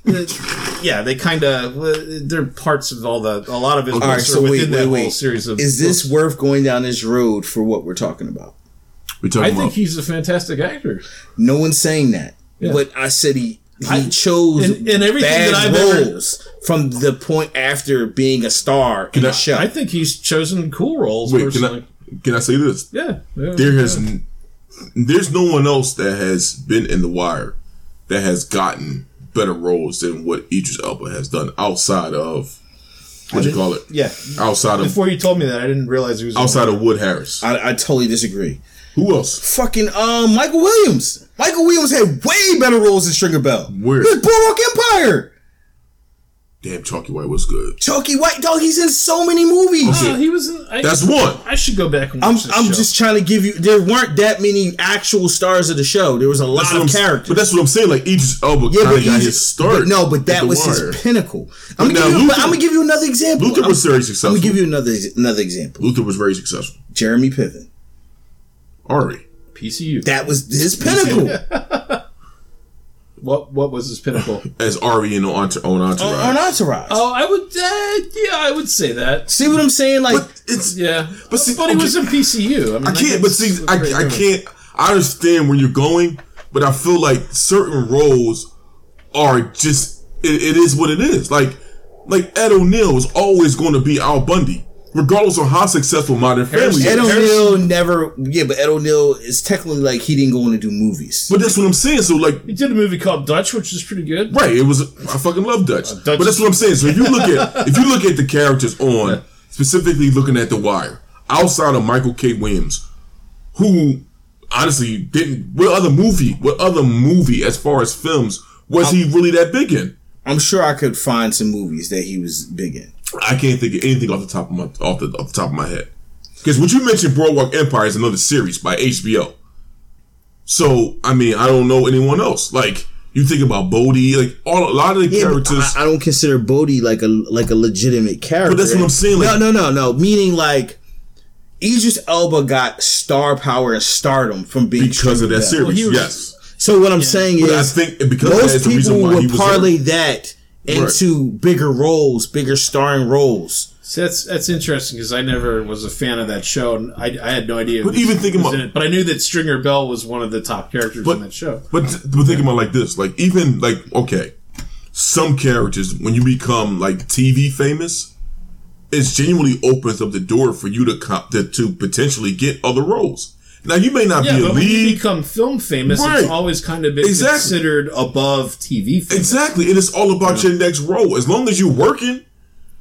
they're, yeah they kind of they're parts of all the a lot of his
Okay.
books
All right,
are
so wait,
within
wait,
that whole
wait.
series of
Is this worth going down this road for what we're talking about?
We talking
I
about.
think he's a fantastic actor.
No one's saying that,
Yeah.
but I said he he chose
in- in everything
bad
that I've ever-
roles from the point after being a star in the show.
I think he's chosen cool roles
wait. Can
personally.
I? Can I say this?
yeah, yeah.
there has n- there's no one else that has been in the wire that has gotten better roles than what Idris Elba has done outside of what you call it
yeah.
outside of
Before you told me that, I didn't realize he was
outside of Wood Harris
I, I totally disagree.
who else
Fucking um, Michael Williams. Michael Williams had way better roles than Stringer Bell.
Where?
He was Boardwalk Empire.
damn Chalky White was good
Chucky White dog. He's in so many movies.
No, he was. In, I,
that's one
I should go back and watch
I'm,
this
I'm
show.
just trying to give you. There weren't that many actual stars of the show. There was a lot
that's what I'm
of
saying
characters.
but that's what I'm saying like Idris
Yeah,
Elba kind
but
of got
he's-
his start
but no, but
with
that
The
was
Wire.
his pinnacle. I'm
now
gonna, give you,
Luther-
I'm gonna give you another example.
Luther
I'm,
was very
I'm
successful
gonna give you another another example.
Luther was very successful
Jeremy Piven.
Ari
PCU.
That was his pinnacle
what what was
*laughs*
his pinnacle?
as Ari in on, on Entourage
on, on Entourage.
oh, I would. Uh, yeah, I would say that.
See what I'm saying? Like
but it's
Yeah, but,
see,
but he
okay.
was in PCU. I, mean,
I can't. But see, I, I can't. I understand where you're going, but I feel like certain roles are just. It, it is what it is. Like, like Ed O'Neill was always going to be Al Bundy. regardless of how successful Modern
Harrison-
Family
Ed
is.
O'Neill never. Yeah, but Ed O'Neill is technically like he didn't go in to do movies.
But that's what I'm saying. So like,
He did a movie called Dutch, which is pretty good.
right? It was I fucking love
Uh,
Dutch,
Dutch
but that's
is-
what I'm saying. So if you look
*laughs*
at if you look at the characters on specifically looking at The Wire, outside of Michael K. Williams, who honestly didn't what other movie what other movie as far as films was
Um,
he really that big in?
I'm sure I could find some movies that he was big in.
I can't think of anything off the top of my off the, off the top of my head. Because what you mentioned, Broadwalk Empire is another series by HBO. So I mean, I don't know anyone else. Like you think about Bodie, like all a lot of the
Yeah, but
characters.
I, I don't consider Bodhi like a like a legitimate character.
that's what I'm saying,
no,
like-
no, no, no. Meaning like Idris Elba got star power and stardom from being
because of that
Trinidad.
series,
he was-
yes.
So what I'm saying
But I
is,
think because of that is
most
the reason
people
why he
would
was
parlay that into bigger roles, bigger starring roles.
So that's that's interesting because I never was a fan of that show, and I, I had no idea.
But
who
even think
was
about-
in it. But I knew that Stringer Bell was one of the top characters
But-
in that show.
But but think about it like this, like even like okay, some characters when you become like TV famous, it genuinely opens up the door for you to comp to, to potentially get other roles. Now you may not
Yeah,
be a
but when you
lead
become film famous,
Right.
it's always kind of been
Exactly.
considered above TV famous.
exactly, and it's all about your next role. As long as you're working,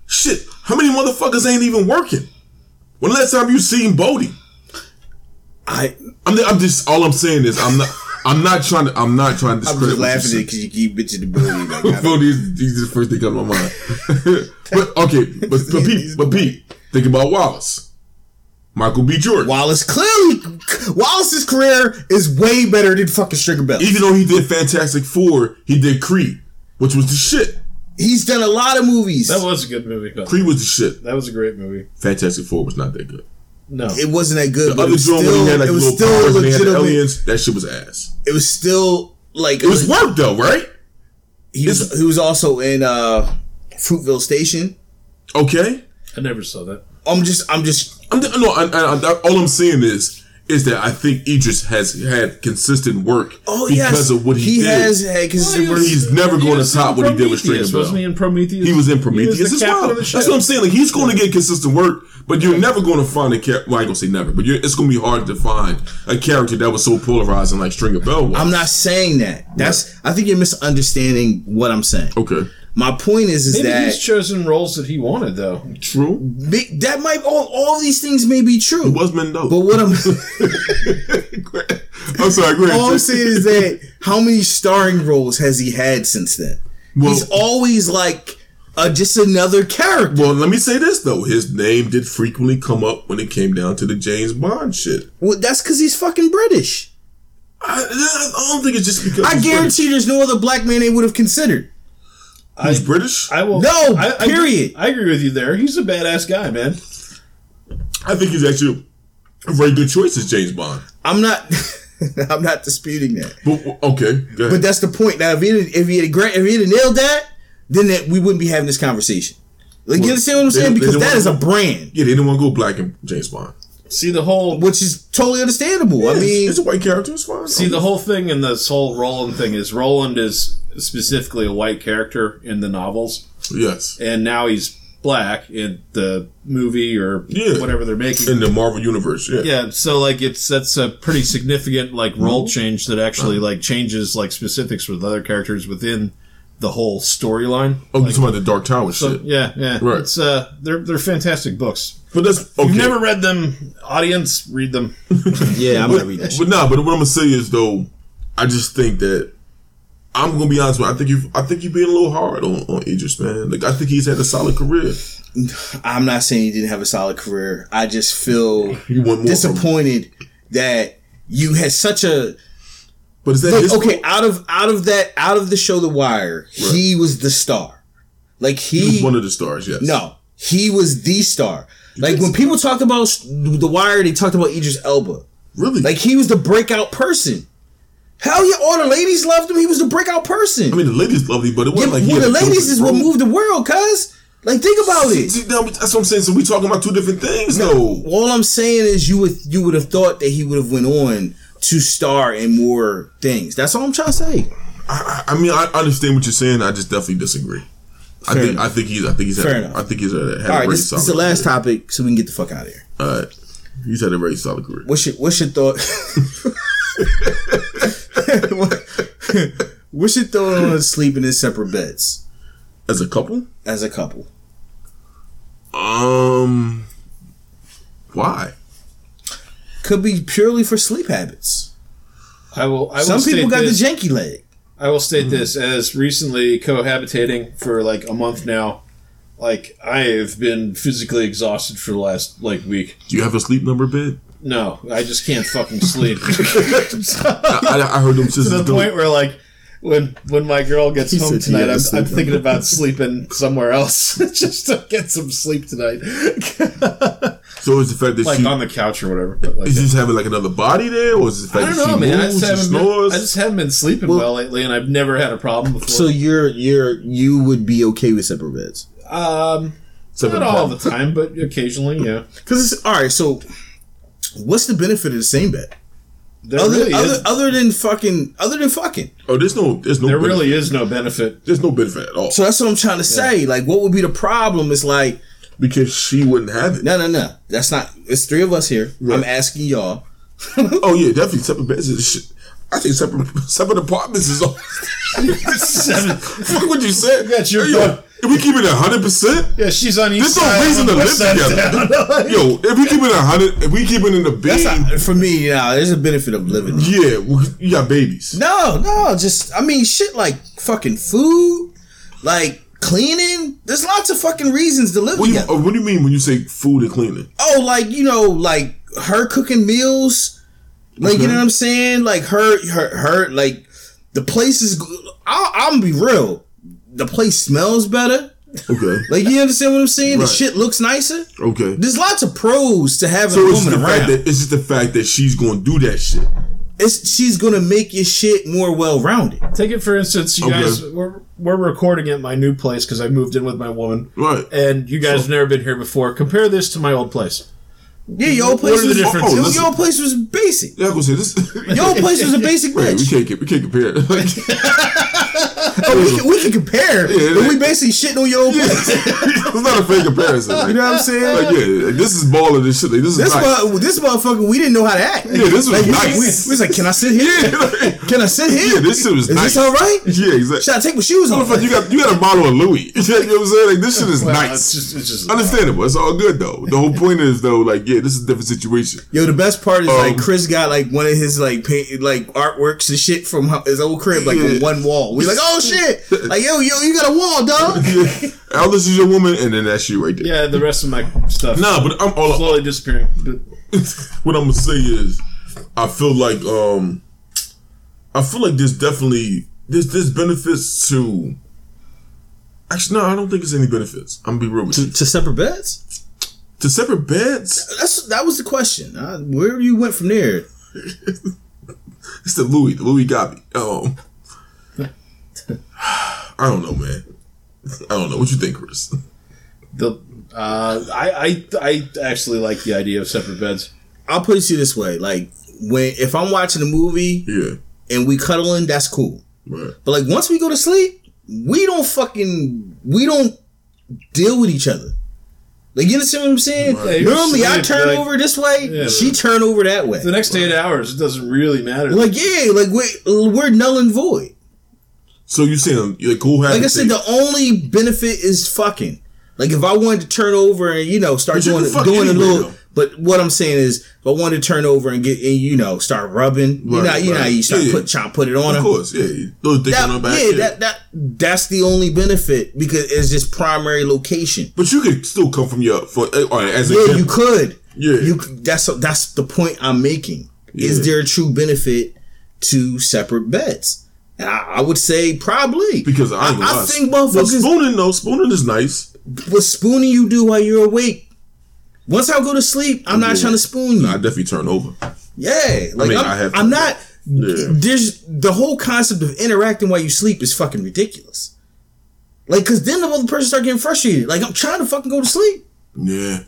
shit, how many motherfuckers ain't even working? When the last time you seen Bodie?
I
I'm, I'm just all I'm saying is I'm not I'm not trying to I'm not trying to
I'm just
discredit what you
laughing at
said.
it because you keep bitching the
*laughs*
Bodhi. Like, I don't-
Phil, these, these are the first thing come to my mind. *laughs* but okay, but, but Pete, but Pete, think about Wallace, Michael B. Jordan.
Wallace clearly Wallace's career is way better than fucking Sugar Bell.
Even though he did Fantastic Four, he did Creed, which was the shit.
He's done a lot of movies.
That was a good movie. Bill.
Creed was the shit.
That was a great movie.
Fantastic Four was not that good.
No,
it wasn't that good.
The
But it
other
was
Jordan when
still,
he had like
it was
little
still
powers and they had the
legitimate.
aliens, that shit was ass.
It was still like uh,
It was work though, right?
he was. He was also in uh, Fruitville Station.
Okay.
I never saw that.
I'm just. I'm just.
I'm no, I, I, I- all I'm saying is is that I think Idris has had consistent work
Oh
because
yes,
of what he,
he
did.
has had consistent.
was-
work.
He's never going to
was
top
in
what he did with
Prometheus,
Stringer Bell.
Wasn't he in Prometheus?
He was in Prometheus
He was
as
the captain
well.
of the
That's
show.
what I'm saying. Like he's going to get consistent work, but you're never going to find a character. Well, I ain't gonna say never, but you're, it's going to be hard to find a character that was so polarizing like Stringer Bell was.
I'm not saying that. That's. I think you're misunderstanding what I'm saying.
okay.
My point is, is
Maybe he's
that
chosen roles that he wanted, though.
True.
mi- that might all all these things may be true.
It was Mendo. *laughs*
But what I'm
I'm sorry. Go ahead.
all I'm saying is that how many starring roles has he had since then?
Well-
He's always like uh, just another character.
well, let me say this though. His name did frequently come up when it came down to the James Bond shit.
Well, that's because he's fucking British.
I, I don't think it's just because
I
he's
guarantee there's no other black man they would have considered.
British. he's British. I,
I will.
No,
I, I-
period.
I, agree with you there. He's a badass guy, man.
think he's actually a very good choice as James Bond.
I'm not. *laughs* I'm not disputing that.
But okay, go ahead.
But that's the point. Now, if he had, if he had, gra- if he had nailed that, then that we wouldn't be having this conversation. Like, you understand what I'm
they-
saying?
they
Because
don't
that
wanna
is a
go-
brand,
yeah, they didn't want to go black in James Bond.
See the whole.
which is totally understandable. I
Yeah,
mean,
it's a white character. It's fine. Oh,
See the whole thing in this whole Roland thing is Roland is specifically a white character in the novels,
yes,
and now he's black in the movie or
Yeah.
whatever they're making.
in the Marvel universe. Yeah,
yeah, so like it's that's a pretty significant like role change that actually like changes like specifics with other characters within the whole storyline.
Oh, you talking about the Dark Tower
So
shit?
yeah, yeah,
Right.
It's uh, they're they're fantastic books.
But that's okay.
You've never read them, audience. Read them.
yeah, I'm not reading that. Shit.
but nah. But what I'm gonna say is though, I just think that I'm gonna be honest with. You, I think you. I think you're being a little hard on on Idris, man. Like I think he's had a solid career.
I'm not saying he didn't have a solid career. I just feel
You want more? From him.
disappointed that you had such a
But is that
Look,
his fault?
okay out of out of that out of the show The Wire. He was the star. Like
He was
he
one of the stars. Yes.
no, he was the star. Like when people talked about s- The Wire, they talked about Idris Elba.
Really?
Like he was the breakout person. Hell yeah, all the ladies loved him. He was the breakout person.
I mean, the ladies lovely, but it
yeah,
wasn't like he
well,
had
the
a
ladies
dominant
is what
role.
moved the world, cuz. Like think about it.
See, now, that's what I'm saying. So we talking about two different things, though.
All I'm saying is you would you would have thought that he would have went on to star in more things. That's all I'm trying to say.
I, I I mean, I understand what you're saying. I just definitely disagree. I
Fair
think
enough.
I think he's I think he's had,
Fair
a-
enough.
I think he's had,
All
a- had a
right,
very
this, this
solid.
is the last
career.
topic, so we can get the fuck out of here.
All right, he's had a very solid career.
What's your What's your thought? *laughs* what's your thought on sleeping in separate beds
As a couple,
as a couple?
um, why?
Could be purely for sleep habits.
I will. I
Some
will
people
state
got
this,
the janky leg.
I will state this as recently cohabitating for like a month now. Like I have been physically exhausted for the last like week.
Do you have a sleep number bed?
No, I just can't fucking *laughs* sleep.
I, I, I heard them
*laughs* to
sisters
the
do it.
point where like when when my girl gets
He
home
said he had
tonight,
to
I'm,
sleep
I'm thinking
on.
about sleeping somewhere else *laughs* just to get some sleep tonight, *laughs*
So it's the fact that
like
she
on the couch or whatever. But like,
is just having like another body there, or is it the
I
fact
don't
that she
know, man. I
moves
just,
and
haven't been,
snores?
I just haven't been sleeping well, lately, and I've never had a problem before.
So you're you're you would be okay with separate beds?
um,
Seven
not all the
o'clock.
time, but occasionally, yeah.
Because it's all right. So what's the benefit of the same bed?
There
Other
really
other,
is.
other than fucking other than fucking.
Oh, there's no there's no
there
benefit.
really is no benefit.
there's no benefit at all
So that's what I'm trying to say. Like, what would be the problem? It's like
because she wouldn't have it.
no, no, no. That's not. It's three of us here. I'm asking y'all.
Oh yeah, definitely separate beds. Is shit. I think separate *laughs* separate apartments is all. *laughs*
Seven.
Fuck what you said.
That's your
Hey, yo,
point.
if we keep it hundred percent,
Yeah, she's on east
there's no
side.
reason
I'm
to
on
live
west side of
together. *laughs*
town.
Yo, if we keep it hundred, if we keep it in the
That's
bed,
not, for me. Nah, there's a benefit of living.
yeah, we- you got babies.
No, no. Just I mean, shit like fucking food, like cleaning. There's lots of fucking reasons to live
What do, you,
together.
uh, what do you mean when you say food and cleaning?
oh, like you know, like her cooking meals, like you know what I'm saying, like her, her, her, like the place is. g- I'll, I'm be real, the place smells better.
Okay,
Like you understand what I'm saying?
Right.
The shit looks nicer.
okay.
There's lots of pros to having
So
a
it's just
woman
the fact
around.
that it's just the fact that she's gonna do that shit.
it's she's gonna make your shit more well rounded.
Take it for instance, you
Okay.
guys, we're, we're recording at my new place because I moved in with my woman.
Right.
and you guys have never been here before. Compare this to my old place.
Yeah, your old
What
place
are the
was
differences?
your-
Listen.
your old place was basic.
Yeah, I gonna say this. *laughs*
Your old place was a basic
Wait, we
bitch.
can't get we can't compare. *laughs* it.
Oh, we can, we can compare,
Yeah,
but
yeah.
we basically shitting on your old
*laughs*
place.
it's not a fair comparison. Like,
You know what I'm saying?
Like, yeah, like, this is baller. This shit. Like, this is
This
nice.
mo- this motherfucker, we didn't know how to act.
Yeah, this was
we-
nice.
We, we was like, can I sit here?
*laughs* yeah, like,
Can I sit here?
yeah, this shit was
Is
nice.
this all right?
Yeah, exactly.
Should I take my shoes off?
Motherfucker, you got you got a model of Louis. *laughs* you know what I'm saying? Like this shit is
Well,
nice.
Uh, It's just, it's just
Understandable. It's all good though. The whole point is though, like, yeah, this is a different situation.
Yo, the best part is like
Um,
Chris got like one of his like paint like artworks and shit from hu- his old crib, like
Yeah.
on one wall. We like, oh
*laughs*
shit, like yo, yo, you got a wall, dog.
All this is your woman, and then that's you right there.
yeah. The rest of my stuff
Nah, but I'm all
slowly disappearing. But
what I'm gonna say is, I feel like um, I feel like there's definitely there's there's benefits to. Actually, no, I don't think there's any benefits. I'm gonna be real with you.
to separate beds.
To separate beds,
That's that was the question. Uh, where you went from there?
it's the Louis. The Louis got me.
*laughs*
Um, I don't know, man. I don't know what you think, Chris. *laughs*
the uh, I, I I actually like the idea of separate beds.
I'll put it to you this way: like when if I'm watching a movie
Yeah,
and we cuddling, that's cool.
right.
But like once we go to sleep, we don't fucking we don't deal with each other. Like you understand what I'm saying?
Right.
Normally I
Sleep,
turn
like-
over this way,
Yeah.
she turn over that way.
The next eight hours, it doesn't really matter.
Like yeah, like we're we're null and void.
So you saying like cool?
Like I said,
the
the only benefit is fucking. Like if I wanted to turn over and you know start
But you
doing
can fuck
doing a
anywhere,
little,
though.
but what I'm saying is if I wanted to turn over and get and you know start rubbing, you
Right,
know you know
right.
how you start
Yeah, yeah.
put chop put it on
of
her.
course, yeah. Those dick
That,
on her back.
yeah, that that that's the only benefit because it's just primary location.
But you could still come from your for uh, all right, as a
Yeah, you could.
Yeah.
you c- that's that's the point I'm making. Is
Yeah.
there a true benefit to separate beds? And I, I would say probably
Because I, ain't gonna
I, I
lie.
think
But
motherfuckers
spooning though, spooning is nice.
what spooning you do while you're awake. Once I go to sleep, I'm not
Yeah.
trying to spoon you.
I definitely turn over.
yeah, like I
mean,
am
I have to-
I'm not.
Yeah.
There's the whole concept of interacting while you sleep is fucking ridiculous. Like, cause then the other person start getting frustrated. Like, I'm trying to fucking go to sleep.
Yeah.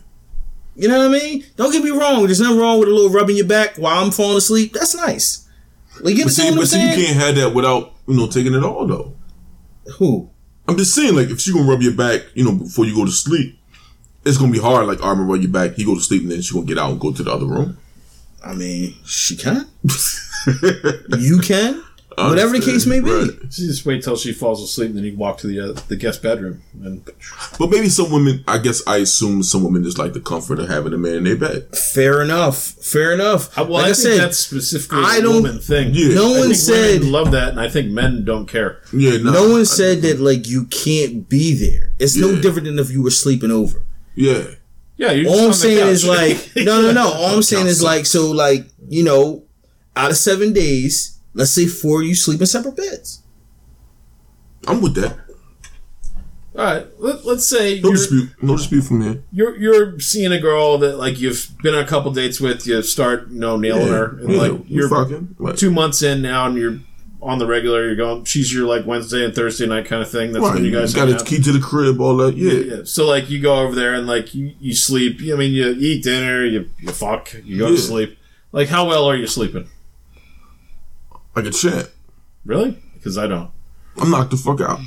You know what I mean? Don't get me wrong. There's nothing wrong with a little rubbing your back while I'm falling asleep. That's nice. Like, you
But see,
understand what I'm
but see, you
saying?
can't have that without you know taking it all though.
Who?
I'm just saying, like, if she gonna rub your back, you know, before you go to sleep, it's gonna be hard. Like, I'm gonna rub your back. He go to sleep, and then she gonna get out and go to the other room.
I mean, she
*laughs*
can. you can. Whatever the
Understand,
case may be.
right.
You just wait till she falls asleep, and then you walk to the uh, the guest bedroom. And
Uh,
But maybe some women, I guess, I assume some women just like the comfort of having a man in their bed.
Fair enough. Fair enough.
Uh, well,
like
I,
I,
think
said,
that's specifically
I
a
don't-
woman thing.
Yeah.
no
I
one
I think
said.
women love that, and I think men don't care.
Yeah, nah,
no
I-
one said that like you can't be there. It's no
Yeah.
different than if you were sleeping over.
Yeah,
Yeah, you're
All I'm
just on the
saying
couch.
is
*laughs*
like no, no, no. All I'm saying is like so like you know, out of seven days, let's say four of you sleep in separate beds.
I'm with that.
All right, let, let's say
No
you're-
dispute. No dispute from here.
you're you're seeing a girl that like you've been on a couple dates with, you start you know nailing her, and
yeah,
like
we
you're
fucking. Like,
two months in now, and you're on the regular. You're going. She's your like Wednesday and Thursday night kind of thing. That's
right,
when you
you
guys
got
hang
his
out.
key to the crib, all that. Yeah,
Yeah, so like you go over there and like you, you sleep. I mean, you eat dinner, you, you fuck, you go to
Yeah.
sleep. Like, how well are you sleeping?
like a champ.
Really? Because I don't.
I'm knocked the fuck out.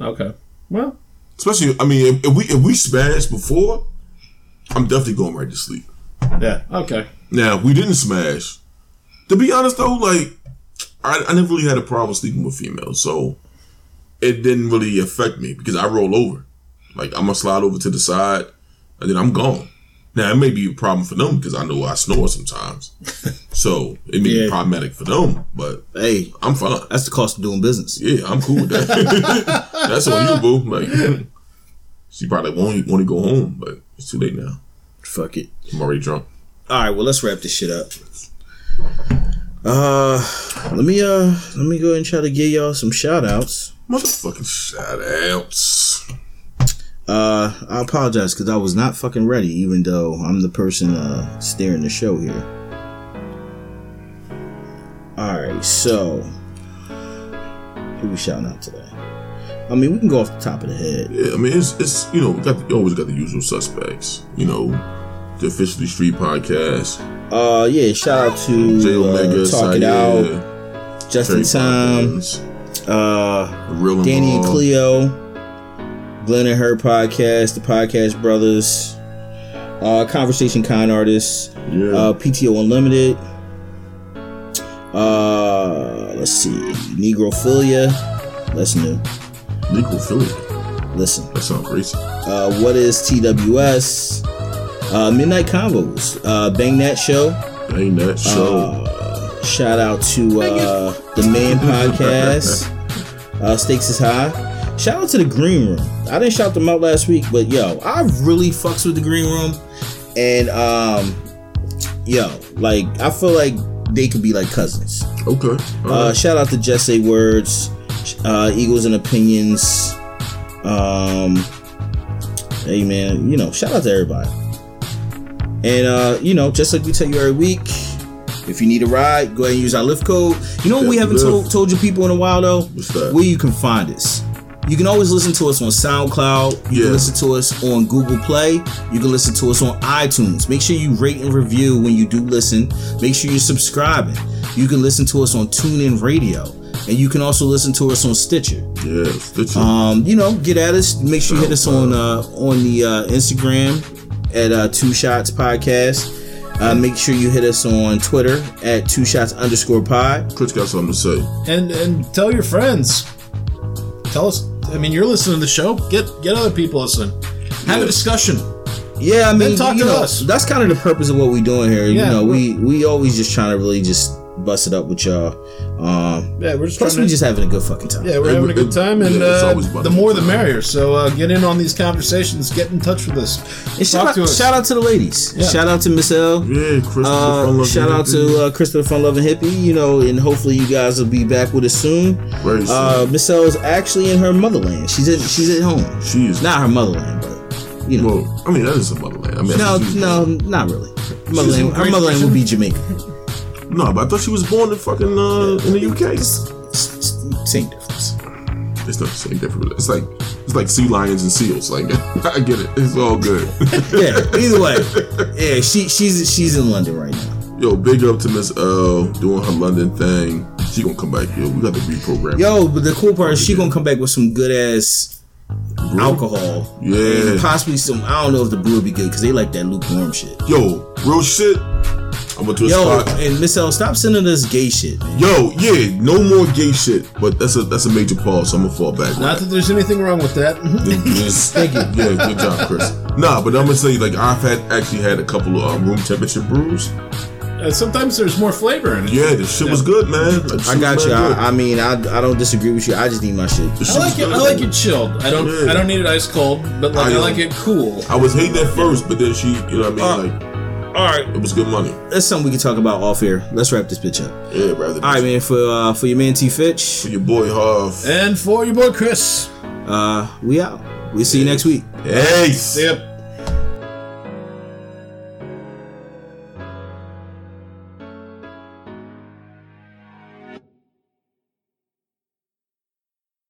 Okay. Well,
Especially, I mean, if, if we if we smashed before, I'm definitely going right to sleep.
yeah. Okay.
Now, if we didn't smash. To be honest though, like I, I never really had a problem sleeping with females, so it didn't really affect me because I roll over. Like I'm gonna slide over to the side, and then I'm gone. Now it may be a problem for them because I know I snore sometimes, so it may
Yeah.
be problematic for them. But
Hey,
I'm fine.
that's the cost of doing business.
Yeah, I'm cool with that. That's on you, boo. Like she probably won't want to go home, but it's too late now.
Fuck it.
I'm already drunk.
All right, well, let's wrap this shit up. Uh, let me uh, let me go ahead and try to give y'all some shout outs.
Motherfucking shout outs.
Uh, I apologize because I was not fucking ready, even though I'm the person uh steering the show here. All right, so who we shouting out today? I mean, we can go off the top of the head.
Yeah, I mean, it's, it's you know, we got the, you always got the usual suspects. You know, the Officially Street podcast,
Uh, yeah, shout out to
J Omega,
uh, Talk It Out,
Saya,
Just
Trey
in Time,
Perkins,
uh,
The Real and
Danny and
Raw.
Cleo, Glenn and Her podcast, the Podcast Brothers, uh, Conversation Con Artists,
Yeah.
uh, PTO Unlimited. Uh, let's see, Negrophilia. That's new.
Nico Philly.
Listen,
That sounds crazy.
uh, what is TWS? Uh, Midnight Convos, uh, Bang That Show.
Ain't that show?
Uh, shout out to uh, the Man Podcast. uh, Stakes is high. Shout out to the Green Room. I didn't shout them out last week, but yo, I really fucks with the Green Room, and um, yo, like I feel like they could be like cousins.
okay.
Uh,
Uh,
shout out to Just Say Words, uh, Eagles and Opinions. Um, hey man, you know, shout out to everybody. And uh, you know, just like we tell you every week, if you need a ride, go ahead and use our lift code. You know what we
Yeah,
haven't
Lyft.
told, told you people in a while though?
What's that?
Where you can find us. You can always listen to us on SoundCloud. You
Yeah.
can listen to us on Google Play. You can listen to us on iTunes. Make sure you rate and review when you do listen. Make sure you're subscribing. You can listen to us on TuneIn Radio. And you can also listen to us on Stitcher.
yeah, Stitcher.
Um, you know, get at us. Make sure you hit us on uh, on the uh, Instagram at uh, Two Shots Podcast. Uh, make sure you hit us on Twitter at Two Shots underscore Pod.
Chris got something to say.
And and tell your friends. Tell us. I mean, you're listening to the show. Get get other people listening. Have
Yeah.
a discussion.
Yeah, I mean,
talk
you
to
know,
us.
That's kind of the purpose of what we're doing here. you
Yeah,
know, we we always just trying to really just bust it up with y'all. Um,
Yeah, we're just
plus,
trying
we
to.
just having a good fucking time.
yeah, we're
It-
having a good
it-
time, and
yeah, it's
uh,
always about
the
a good
more the
time.
merrier. So uh, get in on these conversations. Get in touch with us.
And shout, out, shout out to the ladies.
Yeah.
Shout out to Miss L.
Yeah, Chris.
Uh, shout out to uh, Christopher Fun Loving Hippie, you know, and hopefully you guys will be back with us soon.
Very soon.
Uh, Miss L is actually in her motherland. She's at she's at home.
She is-
not her motherland, but you know,
Well, I mean, that is a motherland. I mean,
no,
that's-
no, not really.
in
Motherland, her
Great
motherland
Britain?
would be Jamaica.
no, but I thought she was born in fucking uh, in the UK. It's
Same difference.
not the same difference. It's like it's like sea lions and seals. Like *laughs* I get it. It's all good. *laughs*
Yeah. Either way, yeah, she she's she's in London right now.
Yo, big up to Miss L doing her London thing. She gonna come back. Yo, we got to reprogram.
Yo, but the cool part is she gonna come back with some good ass alcohol,
Yeah.
possibly some. I don't know if the brew would be good because they like that lukewarm shit.
Yo, real shit. I went to a
Yo,
spot.
and Miss L, stop sending us gay shit, man.
Yo, yeah, no more gay shit. But that's a that's a major pause, so I'm gonna fall back. *laughs*
Not that there's anything wrong with that. *laughs*
Thank you. Yeah, good job, Chris. Nah, but I'm gonna say like I've had actually had a couple of uh, room temperature brews.
Uh, sometimes there's more flavor in it.
Yeah, the shit was good, man. That shit
I got
was
you.
mad good.
I, I mean, I, I don't disagree with you. I just need my shit.
The shit
I like
was
it.
good.
I like it chilled. I don't.
Yeah.
I don't need it ice cold, but like I,
I, um,
like it cool.
I was hating at first, but then she, you know what I mean? like
All right,
it was good money.
that's something we can talk about off air. Let's wrap this bitch up.
Yeah, rather. than-
All right, man. For uh, for your man T Fitch,
For your boy Harv.
And for your boy Chris.
uh, we out. We'll see you next week.
Hey.
Yep.